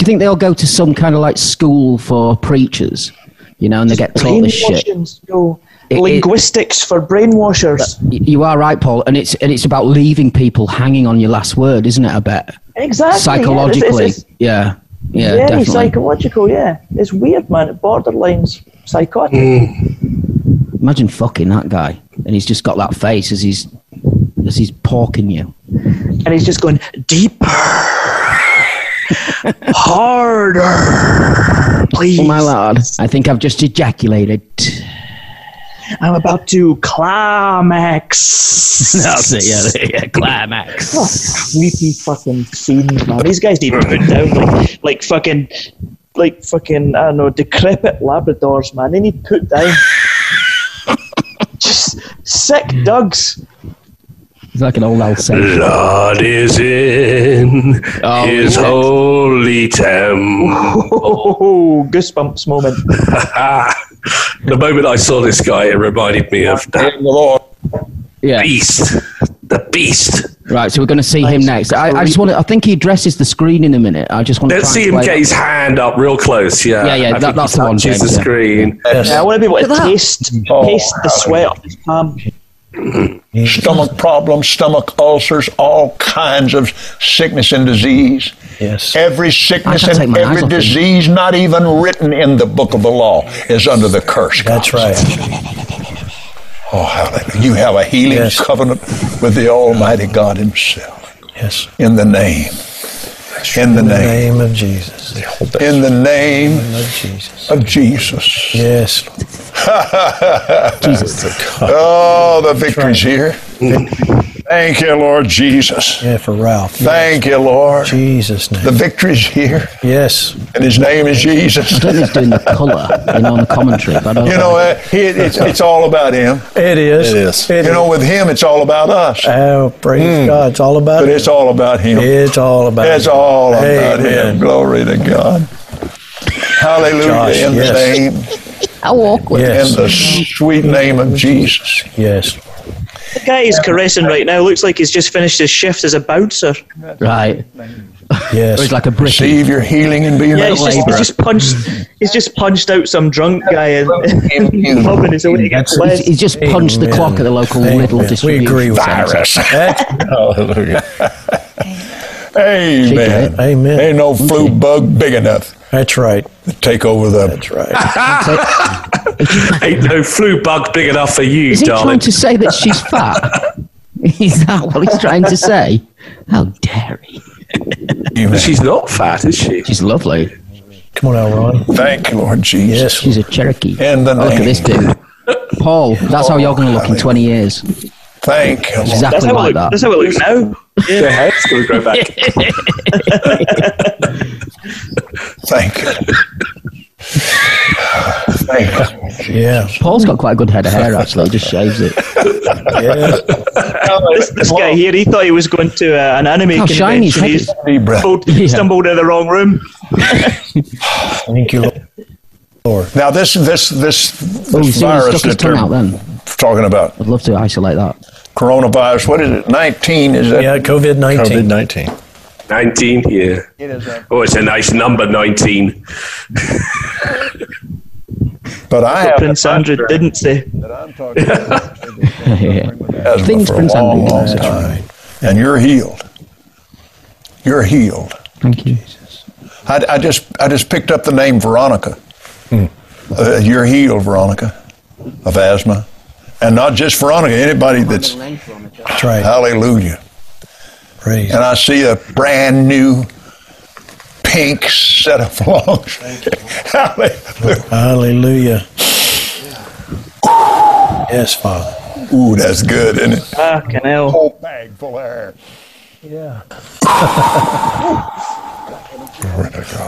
think they all go to some kind of like school for preachers? You know, and they get taught this shit.
brainwashings, you know,
It- it-
linguistics for brainwashers.
Y- You are right, Paul, and it's and it's about leaving people hanging on your last word, isn't it? I bet
exactly. yeah. It's- it's-
psychologically,
it's-
yeah, yeah,
very
definitely.
psychological, yeah. It's weird, man. It borderlines psychotic.
Imagine fucking that guy, and he's just got that face as he's as he's porking you.
And he's just going deeper, harder, please.
Oh my lord, I think I've just ejaculated.
I'm about to climax.
That's it, yeah, yeah climax.
Creepy fucking scene, man. These guys need to put down like, like fucking, like fucking, I don't know, decrepit Labradors, man. They need put down. just sick dugs.
It's like an old old saying.
Lord is in
Oh,
his
yes.
holy temple.
Oh, goosebumps moment.
the moment I saw this guy, it reminded me of that
Yeah.
beast. The beast.
Right, so we're going to see him next. I, I just want to. I think he addresses the screen in a minute. I just want to
Let's see him get his hand up real close. Yeah,
Yeah, yeah,
I
that-
think he
that's the one,
touches
James,
the
yeah.
screen.
Yeah, I want to be able to
Look at that.
taste,
Oh,
taste the sweat on his palm.
stomach problems, stomach ulcers, all kinds of sickness and disease. Yes. Every sickness
I can't take
and
my eyes
every
off him.
disease, not even written in the book of the law, is under the curse. That's right. Oh, hallelujah. You have a healing covenant with the Almighty God Himself.
Yes.
In the name. In the name.
name of Jesus.
In the name
of Jesus.
of Jesus.
Yes.
Jesus. Oh, the victory's here. Thank you, Lord Jesus.
Yeah, for Ralph.
Thank you, Lord.
Jesus' name.
The victory's here,
Yes.
and his name is Jesus.
I don't think he's doing the colour, you know, on the commentary. But I don't
You know, uh, he, it's, it's all about him.
It is. It is.
You know, with him, it's all about us.
Oh, praise God. It's all about
But
it.
it's all about him.
It's all about
It's
it.
all about
Amen.
him. Glory to God. Hallelujah.
Josh,
in the
yes.
name,
How awkward.
Yes.
in the sweet name of Jesus.
Yes.
The guy he's caressing right now looks like he's just finished his shift as a bouncer.
Right.
Yes.
It's like a brick.
Receive your healing and be
Yeah,
made
he's just, he's
whole.
just punched. He's just punched out some drunk guy and mobbing his way to get
That's-
He's,
blessed.
he's just punched the
Amen.
clock at the local
Amen.
Lidl
We
distribution
agree with
centre.
Virus.
that.
Hallelujah.
Amen.
Amen.
Ain't no flu bug big enough
That's right.
to take over the.
That's right.
Ain't no flu bug big enough for you,
Is he
darling.
trying to say that she's fat? is that what he's trying to say? How dare he?
Amen.
She's not fat, is she?
She's lovely.
Come on now, Ron.
Thank you, Lord Jesus.
Yes.
She's a Cherokee.
In the
Oh, look at
name.
this dude. Paul, that's how you're going to look in 20 years.
Thank you, Lord.
That's
Exactly
how,
like
it, look- that's
that.
how it looks now.
Her head's going to grow back.
Thank you. Thank you.
Yeah.
Paul's got quite a good head of hair, actually. He just shaves it.
Yes.
This, this guy here, he thought he was going to uh, an anime
How shiny his
convention.
head
He
is.
Deep breath.
stumbled,
Yeah.
stumbled in the wrong room.
Thank you, Lord.
Now this this this, this
Oh, you see when he
virus
stuck his
that
tongue
they're
out then.
talking about,
I'd love to isolate that.
coronavirus. What is it? Nineteen? Is that?
Yeah, COVID 19.
19.
19, yeah. Oh, it's a nice number, 19.
But I have
Prince Andrew didn't say.
yeah.
asthma
Things
for a
Prince
long,
Andrew
long
does.
time, and you're healed. You're healed.
Thank you.
I, I just I just picked up the name Veronica. Uh, you're healed, Veronica, of asthma, and not just Veronica. Anybody that's
That's right.
hallelujah.
Praise.
and I see a brand new pink set of lungs. Hallelujah.
Hallelujah. Yes, Father.
Ooh, that's good, isn't it?
Fucking hell.
Whole bag full of air.
Yeah.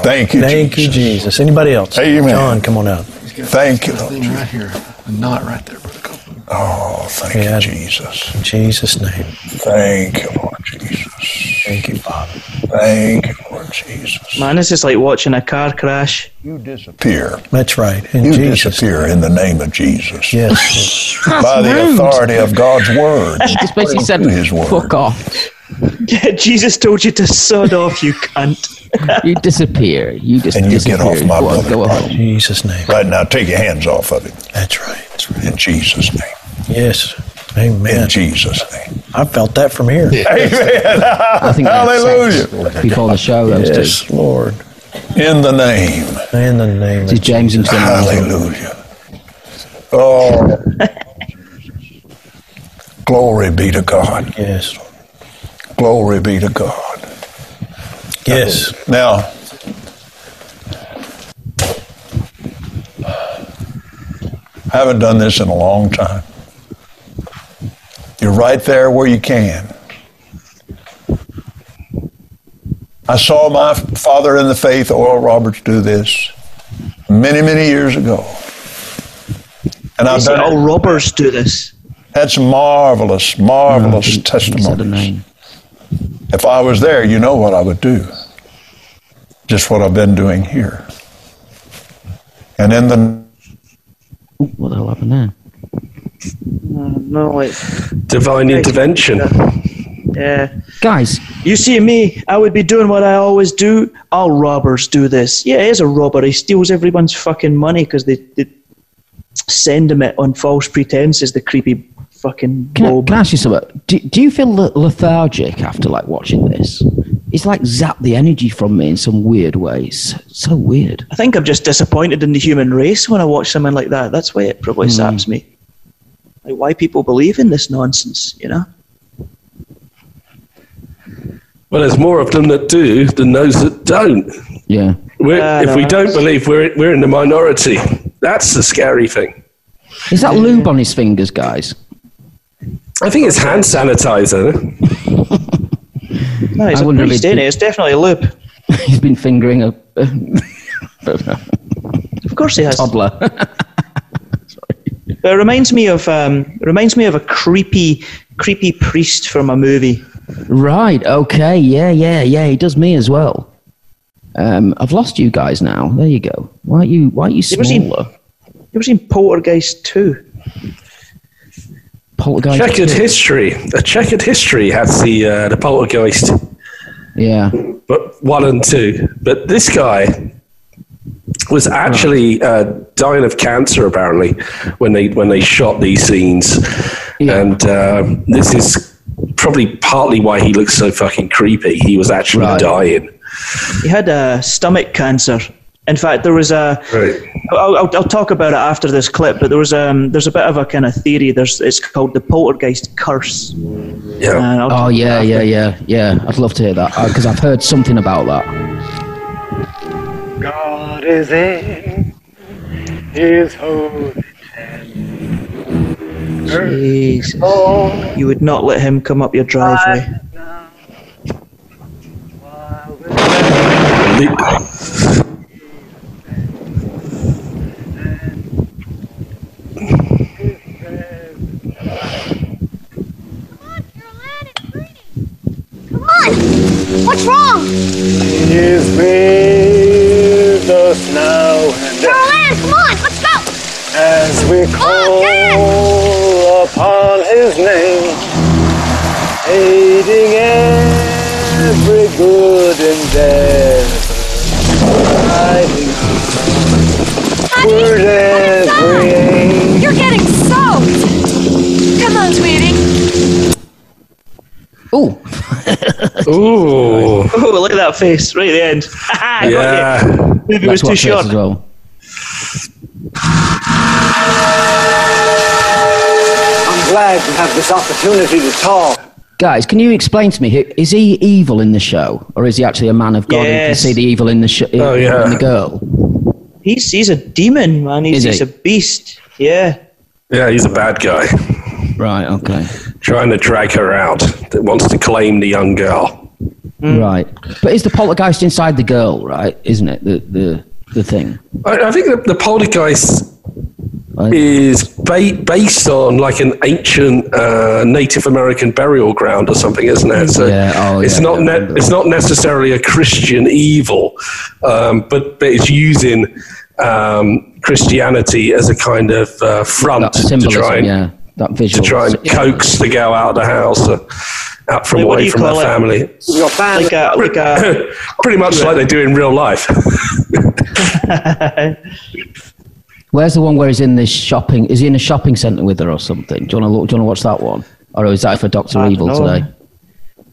Thank you.
Thank you,
Jesus.
Jesus. Anybody else?
Amen.
John, come on out.
Thank you. Lord.
Right here. A knot right there, Brother Copeland.
Oh, thank
Yeah.
you, Jesus.
In Jesus' name.
Thank you, Lord Jesus.
Thank you, Father.
Thank you, Lord Jesus.
Man, this is like watching a car crash.
You disappear.
That's right. In
You
Jesus.
disappear in the name of Jesus.
Yes.
By the authority of God's word.
Just basically said,
His word.
fuck off.
Jesus told you to sod off, you cunt.
You disappear. You just
And you get
disappear.
off my
Go on,
brother.
Go home.
Jesus' name.
Right now, take your hands off of it.
That's right.
In Jesus' name.
Yes.
In
Amen.
Jesus' name.
I felt that from here.
I think that was
Hallelujah.
said Before the show, those two.
Yes, Lord.
In the name.
In the name of
This is James and Tim.
Hallelujah. Oh. Glory be to God.
Yes.
Glory be to God.
Yes.
Now, I haven't done this in a long time. You're right there where you can. I saw my father in the faith, Oral Roberts, do this many, many years ago. And
They
I've
say
done it
"Oh, all robbers do this.
That's marvelous,
Um,
marvelous testimonies. If I was there, you know what I would do. Just what I've been doing here. And in the
what the hell happened there?
No, like
Divine intervention.
yeah.
Guys,
you see me? I would be doing what I always do. All robbers do this. Yeah, it is a robber. He steals everyone's fucking money because they, they send him it on false pretenses. The creepy fucking.
Can I, can I ask you something? Do, do you feel le- lethargic after like watching this? It's like zapped the energy from me in some weird ways. So weird.
I think I'm just disappointed in the human race when I watch something like that. That's why it probably saps me. Like why people believe in this nonsense, you know?
Well, there's more of them that do than those that don't.
Yeah.
We're,
Ah,
if
no,
we don't
that's-
believe, we're, we're in the minority. That's the scary thing.
Is that lube on his fingers, guys?
I think it's hand sanitizer.
No, it's
I
a
wouldn't have
priest,
been-
ain't it? It's definitely a loop.
He's been fingering a,
Of course, he has.
toddler.
But it reminds me of um, it reminds me of a creepy, creepy priest from a movie.
right. Okay. Yeah. Yeah. Yeah. He does me as well. Um, I've lost you guys now. There you go. Why are you? Why are you
You ever seen-
smaller?
You ever seen Poltergeist Two?
Poltergeist.
Checkered history. A checkered history has the uh, the poltergeist,
Yeah.
but one and two. But this guy was actually uh, dying of cancer apparently when they when they shot these scenes, and uh, this is probably partly why he looks so fucking creepy. He was actually dying.
He had a stomach cancer. In fact, there was a. I'll, I'll, I'll talk about it after this clip, but there was um, there's a bit of a kind of theory. There's it's called the Poltergeist curse. And I'll
Oh yeah. Yeah. Yeah. Yeah. I'd love to hear that because I've heard something about that.
God is in His holy tent.
Jesus. You would not let him come up your driveway.
What's wrong? He is with us now and then. come on, let's go! As we call upon his name, aiding every good endeavor, guiding us toward every aim.
You're getting soaked! Come on, sweetie.
Ooh.
Ooh.
Oh, look at that face right at the end. I got you. Maybe it was
Let's
too
watch this as
short.
well.
I'm glad to have this opportunity to talk.
Guys, can you explain to me? he- Is he evil in the show, or is he actually a man of God who can
Yes.
see the evil in the sh- in,
Oh, yeah.
in the girl?
He's he's a demon, man. He's,
Is
he's
he?
a beast. Yeah.
Yeah, he's a bad guy.
Right. Okay.
Trying to drag her out. That wants to claim the young girl.
Mm.
Right. But is the poltergeist inside the girl, right? Isn't it the the the thing?
I, I think the, the poltergeist is ba- based on like an ancient uh, Native American burial ground or something, isn't it? So it's
yeah,
not ne- it's not necessarily a Christian evil, um, but, but it's using um, Christianity as a kind of uh, front to
symbolism,
try and
yeah. That
to
visual.
try and coax the girl out of the house, uh, out from
Wait, what do
away
you
from her
call it?
family.
Your family. Like a, like a,
Pretty much like they do in real life.
Where's the one where he's in this shopping? Is he in a shopping centre with her or something? Do you want to look? Do you want to watch that one? Or is that for Doctor
I
Evil
don't know.
today?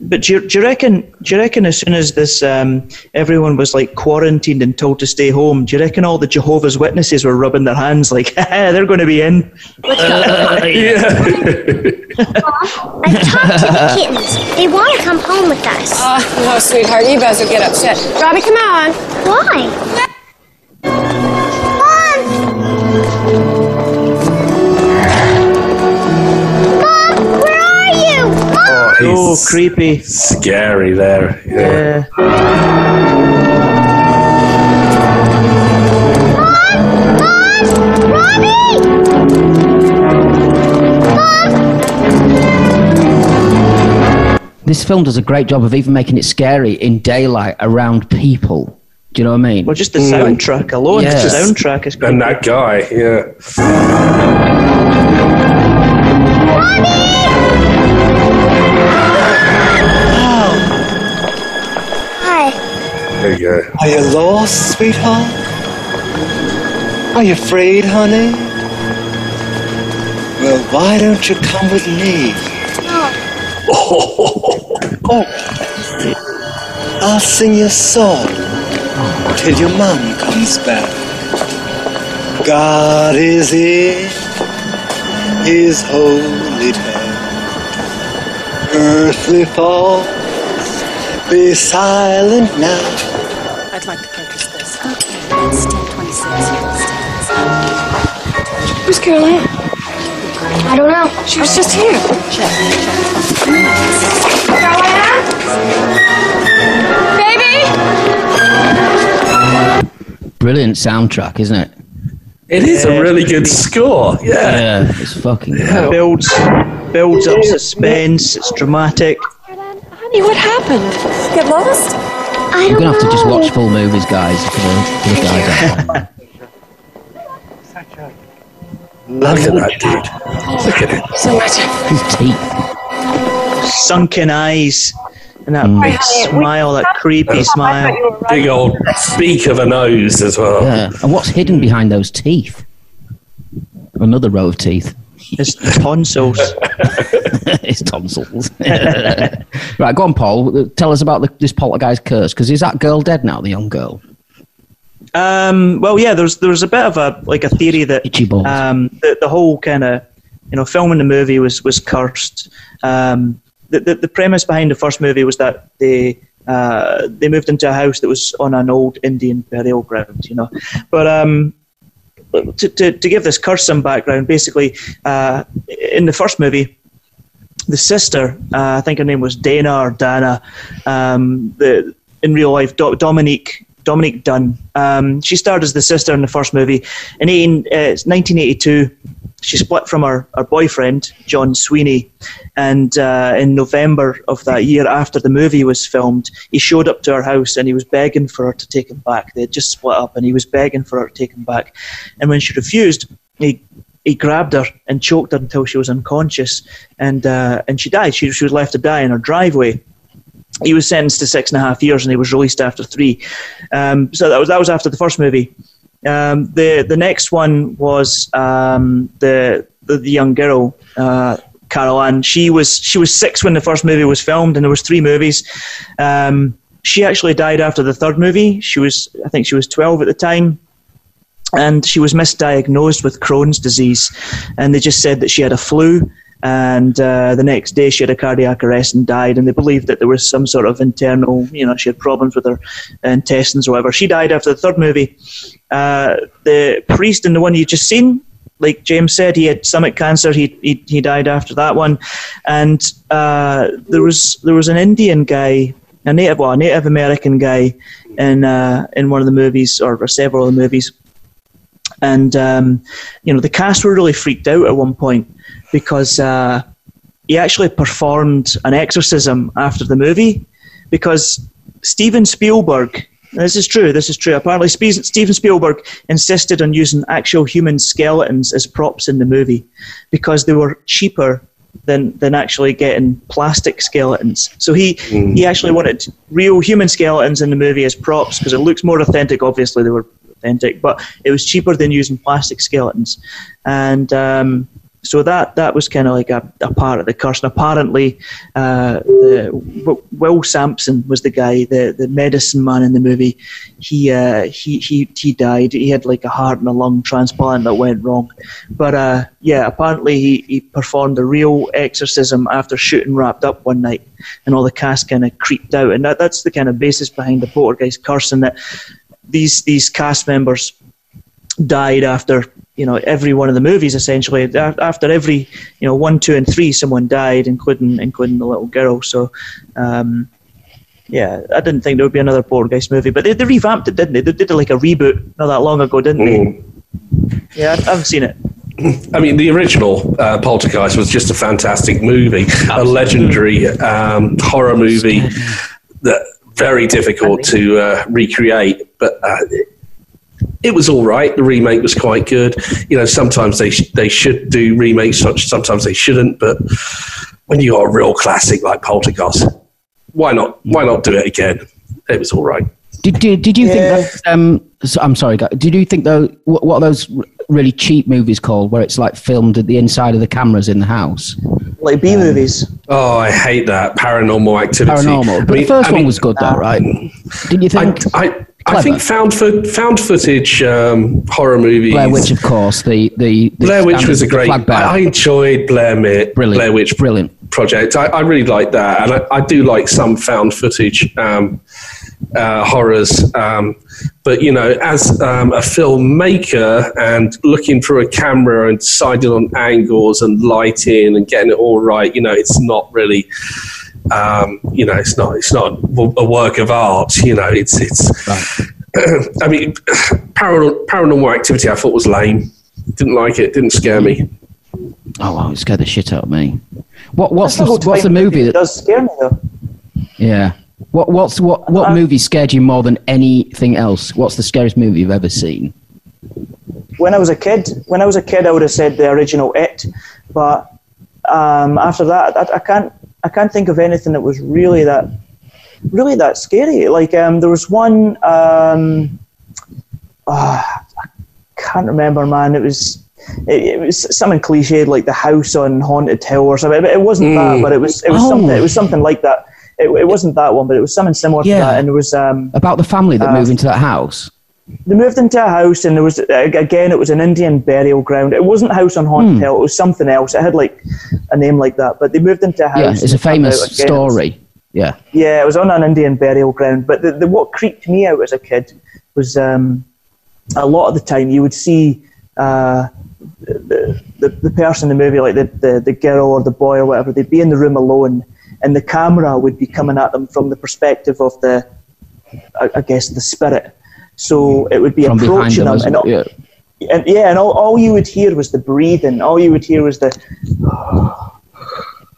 but do you, do you reckon? Do you reckon as soon as this um, everyone was like quarantined and told to stay home, do you reckon all the Jehovah's Witnesses were rubbing their hands like they're going to be in?
I've talked to the kittens. They want to come home with us. Oh, no, sweetheart, you guys would get upset. Robbie, come on. Why?
Oh, he's
creepy.
Scary there. Yeah.
Robbie! Mom,
this film does a great job of even making it scary in daylight around people. Do you know what I mean?
Well, just the soundtrack alone.
Yeah.
Just the soundtrack is great.
Mm. And that guy, yeah.
Hi.
There you go.
Are you lost, sweetheart? Are you afraid, honey? Well, why don't you come with me? Oh, I'll sing you a song till your mom comes back. God is in His holy time. Earthly falls, be silent now.
I'd like to purchase this. Okay, stand 26.
Who's Caroline? I don't know. She was just here.
Brilliant soundtrack, isn't it?
It is a really good score. Yeah.
Yeah, it's fucking
It builds, builds up suspense. It's dramatic.
Honey, what happened? Get lost? I
I'm
don't
gonna have to just
know.
watch full movies, guys. Because I think I got
Look at that dude. Look at it.
So much.
His teeth.
Sunken eyes. And that
Mm.
Hi,
big
honey, we-
smile, that creepy smile.
Big old beak of a nose as well.
Yeah, and what's hidden behind those teeth? Another row of teeth.
It's tonsils.
it's tonsils. right, go on, Paul. Tell us about the, this poltergeist curse. Because is that girl dead now? The young girl.
Um, well, yeah, there's there's a bit of a like a theory that um, the, the whole kind of you know filming the movie was was cursed. Um, the, the the premise behind the first movie was that they uh, they moved into a house that was on an old Indian burial ground, you know, but um, to, to, to give this curse some background, basically, uh, in the first movie, the sister, uh, I think her name was Dana or Dana, um, the in real life Do- Dominique Dominique Dunn. Um, she starred as the sister in the first movie. In 18, uh, it's 1982, she split from her, her boyfriend John Sweeney, and uh, in November of that year, after the movie was filmed, he showed up to her house and he was begging for her to take him back. They had just split up, and he was begging for her to take him back. And when she refused, he he grabbed her and choked her until she was unconscious, and uh, and she died. She, she was left to die in her driveway. He was sentenced to six and a half years, and he was released after three. Um, so that was that was after the first movie. Um, the the next one was um, the, the the young girl uh, Carol Ann. She was she was six when the first movie was filmed, and there was three movies. Um, she actually died after the third movie. She was I think she was twelve at the time and she was misdiagnosed with Crohn's disease, and they just said that she had a flu. And uh, the next day, she had a cardiac arrest and died. And they believed that there was some sort of internal, you know, she had problems with her intestines or whatever. She died after the third movie. Uh, the priest in the one you just seen, like James said, he had stomach cancer. He he, he died after that one, and uh, there was there was an Indian guy, a native, well, a Native American guy, in uh, in one of the movies or, or several of the movies and um, you know the cast were really freaked out at one point because uh, he actually performed an exorcism after the movie because Steven Spielberg. and This is true. This is true. Apparently, Spe- Steven Spielberg insisted on using actual human skeletons as props in the movie because they were cheaper than than actually getting plastic skeletons. So he he actually wanted real human skeletons in the movie as props because it looks more authentic. Obviously, they were authentic, but it was cheaper than using plastic skeletons, and. Um, so that, that was kind of like a, a part of the curse. And apparently, uh, the, W- Will Sampson was the guy, the, the medicine man in the movie. He, uh, he he he died. He had like a heart and a lung transplant that went wrong. But uh, yeah, apparently he, he performed a real exorcism after shooting wrapped up one night, and all the cast kind of creeped out. And that, that's the kind of basis behind the Poltergeist curse, and that these these cast members died after you know every one of the movies essentially A- after every you know one two and three someone died including including the little girl so um yeah i didn't think there would be another poltergeist movie but they, they revamped it didn't they they did like a reboot not that long ago didn't they yeah i I haven't seen it
I mean, the original uh, Poltergeist was just a fantastic movie, a legendary um, horror movie that very difficult to uh, recreate, but uh, it, it was all right. The remake was quite good. You know, sometimes they sh- they should do remakes, such- sometimes they shouldn't. But when you got a real classic like Poltergeist, why not? Why not do it again? It was all right.
Did, did, did you think that, um, so, I'm sorry, guy- did you think though, what, what are those r- really cheap movies called where it's like filmed at the inside of the cameras in the house?
Like B movies.
Oh, I hate that paranormal activity.
Paranormal. But
I
the
mean-
first
I
one
mean- uh,
was good though, right? Didn't you think?
I, I, I think found foot, found footage um, horror movies.
Blair Witch, of course. The the, the
Blair Witch
standard-
was a
the
great.
flag bearer.
I, I enjoyed Blair, Mi- Blair Witch
brilliant
project. I, I really like that, and I, I do like some found footage um, uh, horrors. Um, but you know, as um, a filmmaker and looking through a camera and deciding on angles and lighting and getting it all right, you know, it's not really. Um, you know, it's not it's not a work of art. You know, it's it's. I mean, paranormal, paranormal activity. I thought was lame. Didn't like it. Didn't scare me.
oh, wow, it scared the shit out of me. What what's the,
That's the whole
what's the
point.
movie that
does scare me though.
Yeah. What what's what what
Uh,
movie scared you more than anything else? What's the scariest movie you've ever seen?
When I was a kid, when I was a kid, I would have said the original It, but um, after that, I, I can't I can't think of anything that was really that really that scary. Like um, there was one. Um, ah, I can't remember, man. It was. It, it was something cliched like the house on haunted hill or something. But it wasn't that. But it was. It was
Oh.
something. It was something like that. It, it wasn't that one, but it was something similar to
Yeah.
that. And there was um,
About the family that
Uh,
moved into that house.
they moved into a house and there was uh, again it was an indian burial ground it wasn't house on haunted
Hmm.
hill it was something else it had like a name like that but they moved into a house
Yeah,
and
it's a
it turned
famous
out again it was-
story. Yeah.
yeah it was on an indian burial ground but the, the, what creeped me out as a kid was um, a lot of the time you would see uh, the, the, the person in the movie like the, the, the girl or the boy or whatever they'd be in the room alone and the camera would be coming at them from the perspective of the I, I guess the spirit so it would be
From behind
approaching
them.
them,
As,
and, all-
yeah.
and yeah, and all, all you would hear was the breathing. All you would hear was the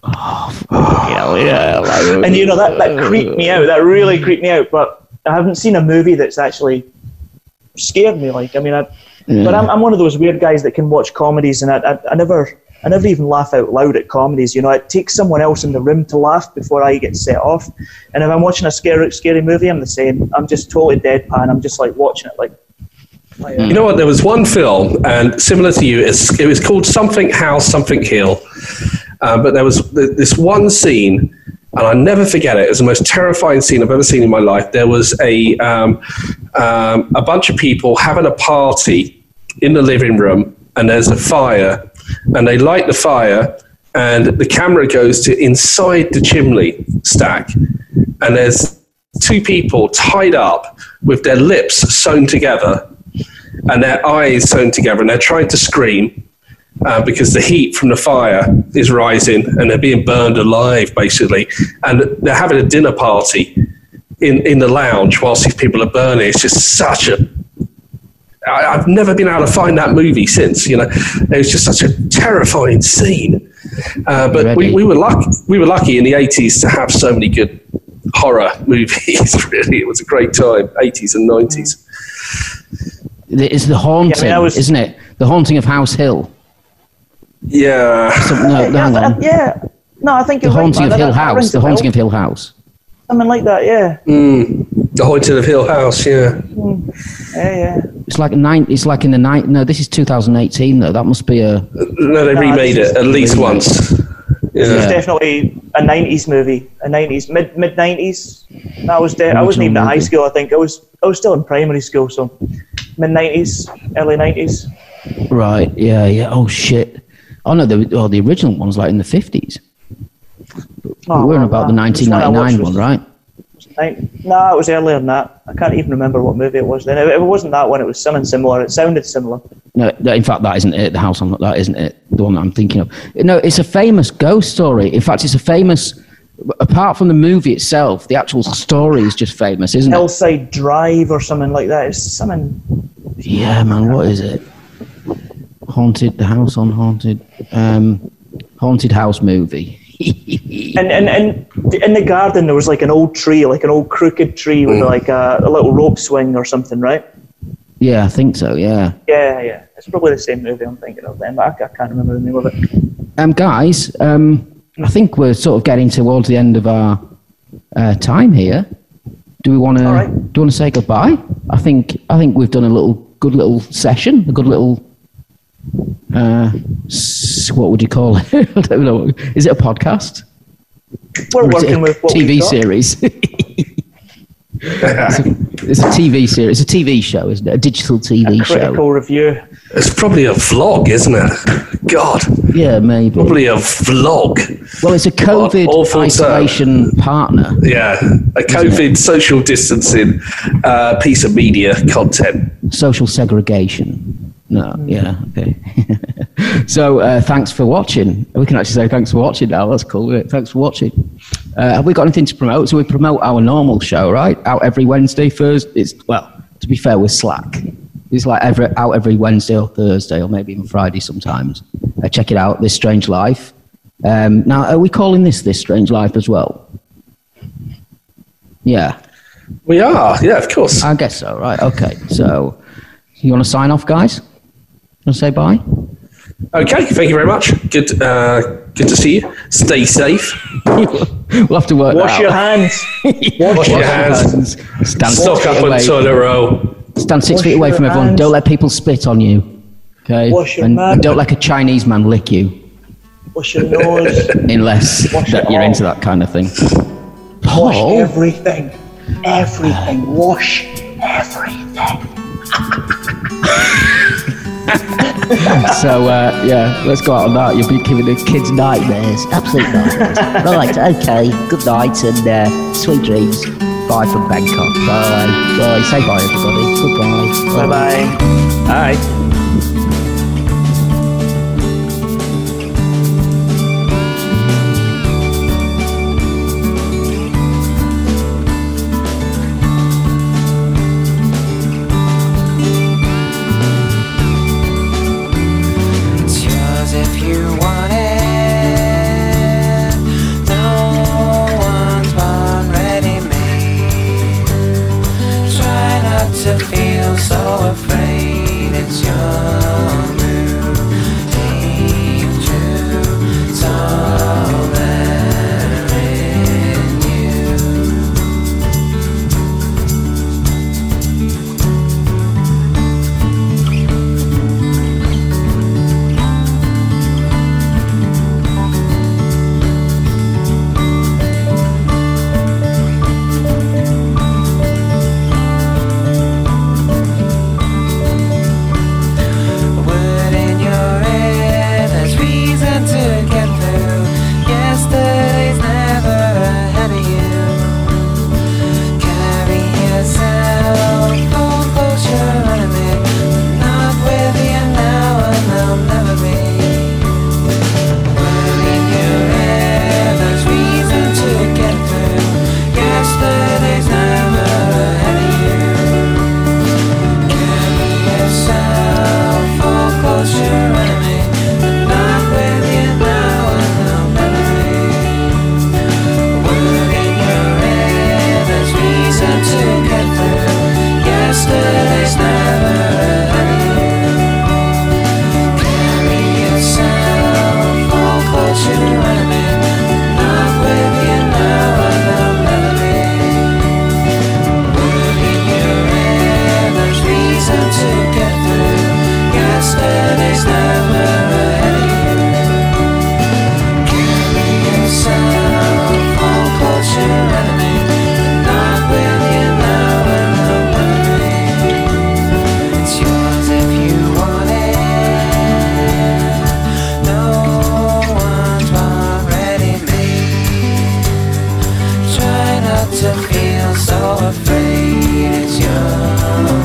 Yeah, yeah, like-
and you know that that creeped me out. That really creeped me out. But I haven't seen a movie that's actually scared me. Like I mean, I,
Yeah.
but I'm, I'm one of those weird guys that can watch comedies and I, I, I never I never even laugh out loud at comedies. You know, it takes someone else in the room to laugh before I get set off. And if I'm watching a scary scary movie, I'm the same. I'm just totally deadpan. I'm just like watching it like
You know what? There was one film, and similar to you, it's, it was called Something House, Something Hill. Uh, but there was th- this one scene, and I never forget it. It was the most terrifying scene I've ever seen in my life. There was a um, um, a bunch of people having a party in the living room, and there's a fire, and they light the fire, and the camera goes to inside the chimney stack, and there's two people tied up with their lips sewn together and their eyes sewn together, and they're trying to scream uh, because the heat from the fire is rising, and they're being burned alive, basically. And they're having a dinner party in in the lounge whilst these people are burning. It's just such a I, I've never been able to find that movie since. You know, it was just such a terrifying scene. Uh, but we, we were lucky. We were lucky in the eighties to have so many good horror movies. Really, it was a great time, eighties and nineties.
It's the haunting,
I was-
isn't it? The haunting of House Hill.
Yeah.
Some- no, no, hang on.
yeah. No, I think
The
you're right,
haunting
man.
of
That-
Hill
that
House.
rings
The
a bell.
haunting of Hill House.
something like that. Yeah,
Mm, the Haunting of Hill House, yeah.
yeah, yeah.
It's like nine. It's like in the nine. No, this is 2018 though. That must be a.
No, they
No,
remade
this
it at
is-
least
Remade.
once. Yeah.
It's definitely a '90s movie, a '90s mid mid '90s. I was de- I wasn't even at high school. I think I was I was still in primary school, so mid '90s, early '90s.
Right. Yeah. Yeah. Oh shit. Oh no. The oh, the original one's like in the 50s.
Oh,
We're on
well,
about the
nah, it's not- I
1999
watched
one, right?
Nin- No, it was earlier than that. I can't even remember what movie it was then. If it wasn't that one, it was something similar. It sounded similar.
No, no, in fact, that isn't it. The house on that isn't it. The one that I'm thinking of. No, it's a famous ghost story. In fact, it's a famous. Apart from the movie itself, the actual story is just famous, isn't it?
Hillside Drive or something like that. It's something.
Yeah, man. What is it? haunted the house on haunted um, haunted house movie.
and and and th- in the garden there was like an old tree, like an old crooked tree with like a, a little rope swing or something, right?
Yeah, I think so. Yeah.
Yeah, yeah. It's probably the same movie I'm thinking of then, but I, I can't remember the name of it.
Um, guys, um, I think we're sort of getting towards the end of our uh, time here. Do we want to? Do you want to say goodbye? I think I think we've done a little good little session, a good little. Uh, s- what would you call it? I don't know. Is it a podcast?
We're
Or is it
working
a
with what we've
TV
got.
series. it's, a, it's a TV series. It's a TV show, isn't it? A digital TV show.
Critical review.
It's probably a vlog, isn't it? God.
Yeah, maybe.
Probably a vlog.
Well, it's a COVID
awful term.
isolation partner.
Yeah. A COVID social distancing uh, piece of media content.
social segregation. No, yeah, okay. so uh, thanks for watching. We can actually say thanks for watching now. That's cool. Isn't it? Thanks for watching. Uh, have we got anything to promote? So we promote our normal show, right? Out every Wednesday, Thursday. It's well, to be fair, with Slack, it's like every out every Wednesday or Thursday or maybe even Friday sometimes. Uh, check it out. This Strange Life. Um, now, are we calling this This Strange Life as well? Yeah.
We are, yeah, of course.
I guess so, right. Okay. So, you want to sign off, guys? You want to say bye?
Okay, thank you very much. Good uh, good to see you. Stay safe.
we'll have to work
Wash your
hands.
Wash your hands.
Stand six
Stock
feet
up on
away.
toilet roll.
Stand six
Wash
feet away
your
from everyone.
hands.
Don't let people spit on you. Okay?
Wash your
and,
mouth.
and don't let a Chinese man lick you
Wash your nose.
unless that you're into that kind of thing.
Wash
Paul?
everything. Everything. Wash everything.
so uh, yeah, let's go out on that. You'll be giving the kids nightmares, absolute nightmares. right, okay. Good night and uh, sweet dreams. Bye from Bangkok. Bye. Bye. Say bye, everybody. Goodbye.
Bye bye. Bye.
It's yours if you want it. No one's born ready-made. Try not to feel so afraid. It's your mood. Aim true. It's all there in you. Wood in your ear, there's reason to get through. Yesterday's never ahead of you. Carry yourself, hold close your enemy. Not with you now, and I'll never be. Wood in your ear, there's reason to get through. Yesterday's never ahead of you. Yesterday's never ending. Carry yourself, all close your enemy. Not with you now, and I'll never be. There's reason to get through. Yesterday's never ahead of you. Carry yourself, hold close your enemy. Not with you now and I'm wondering. It's yours if you want it. No one's already made. Try not to feel so afraid. It's your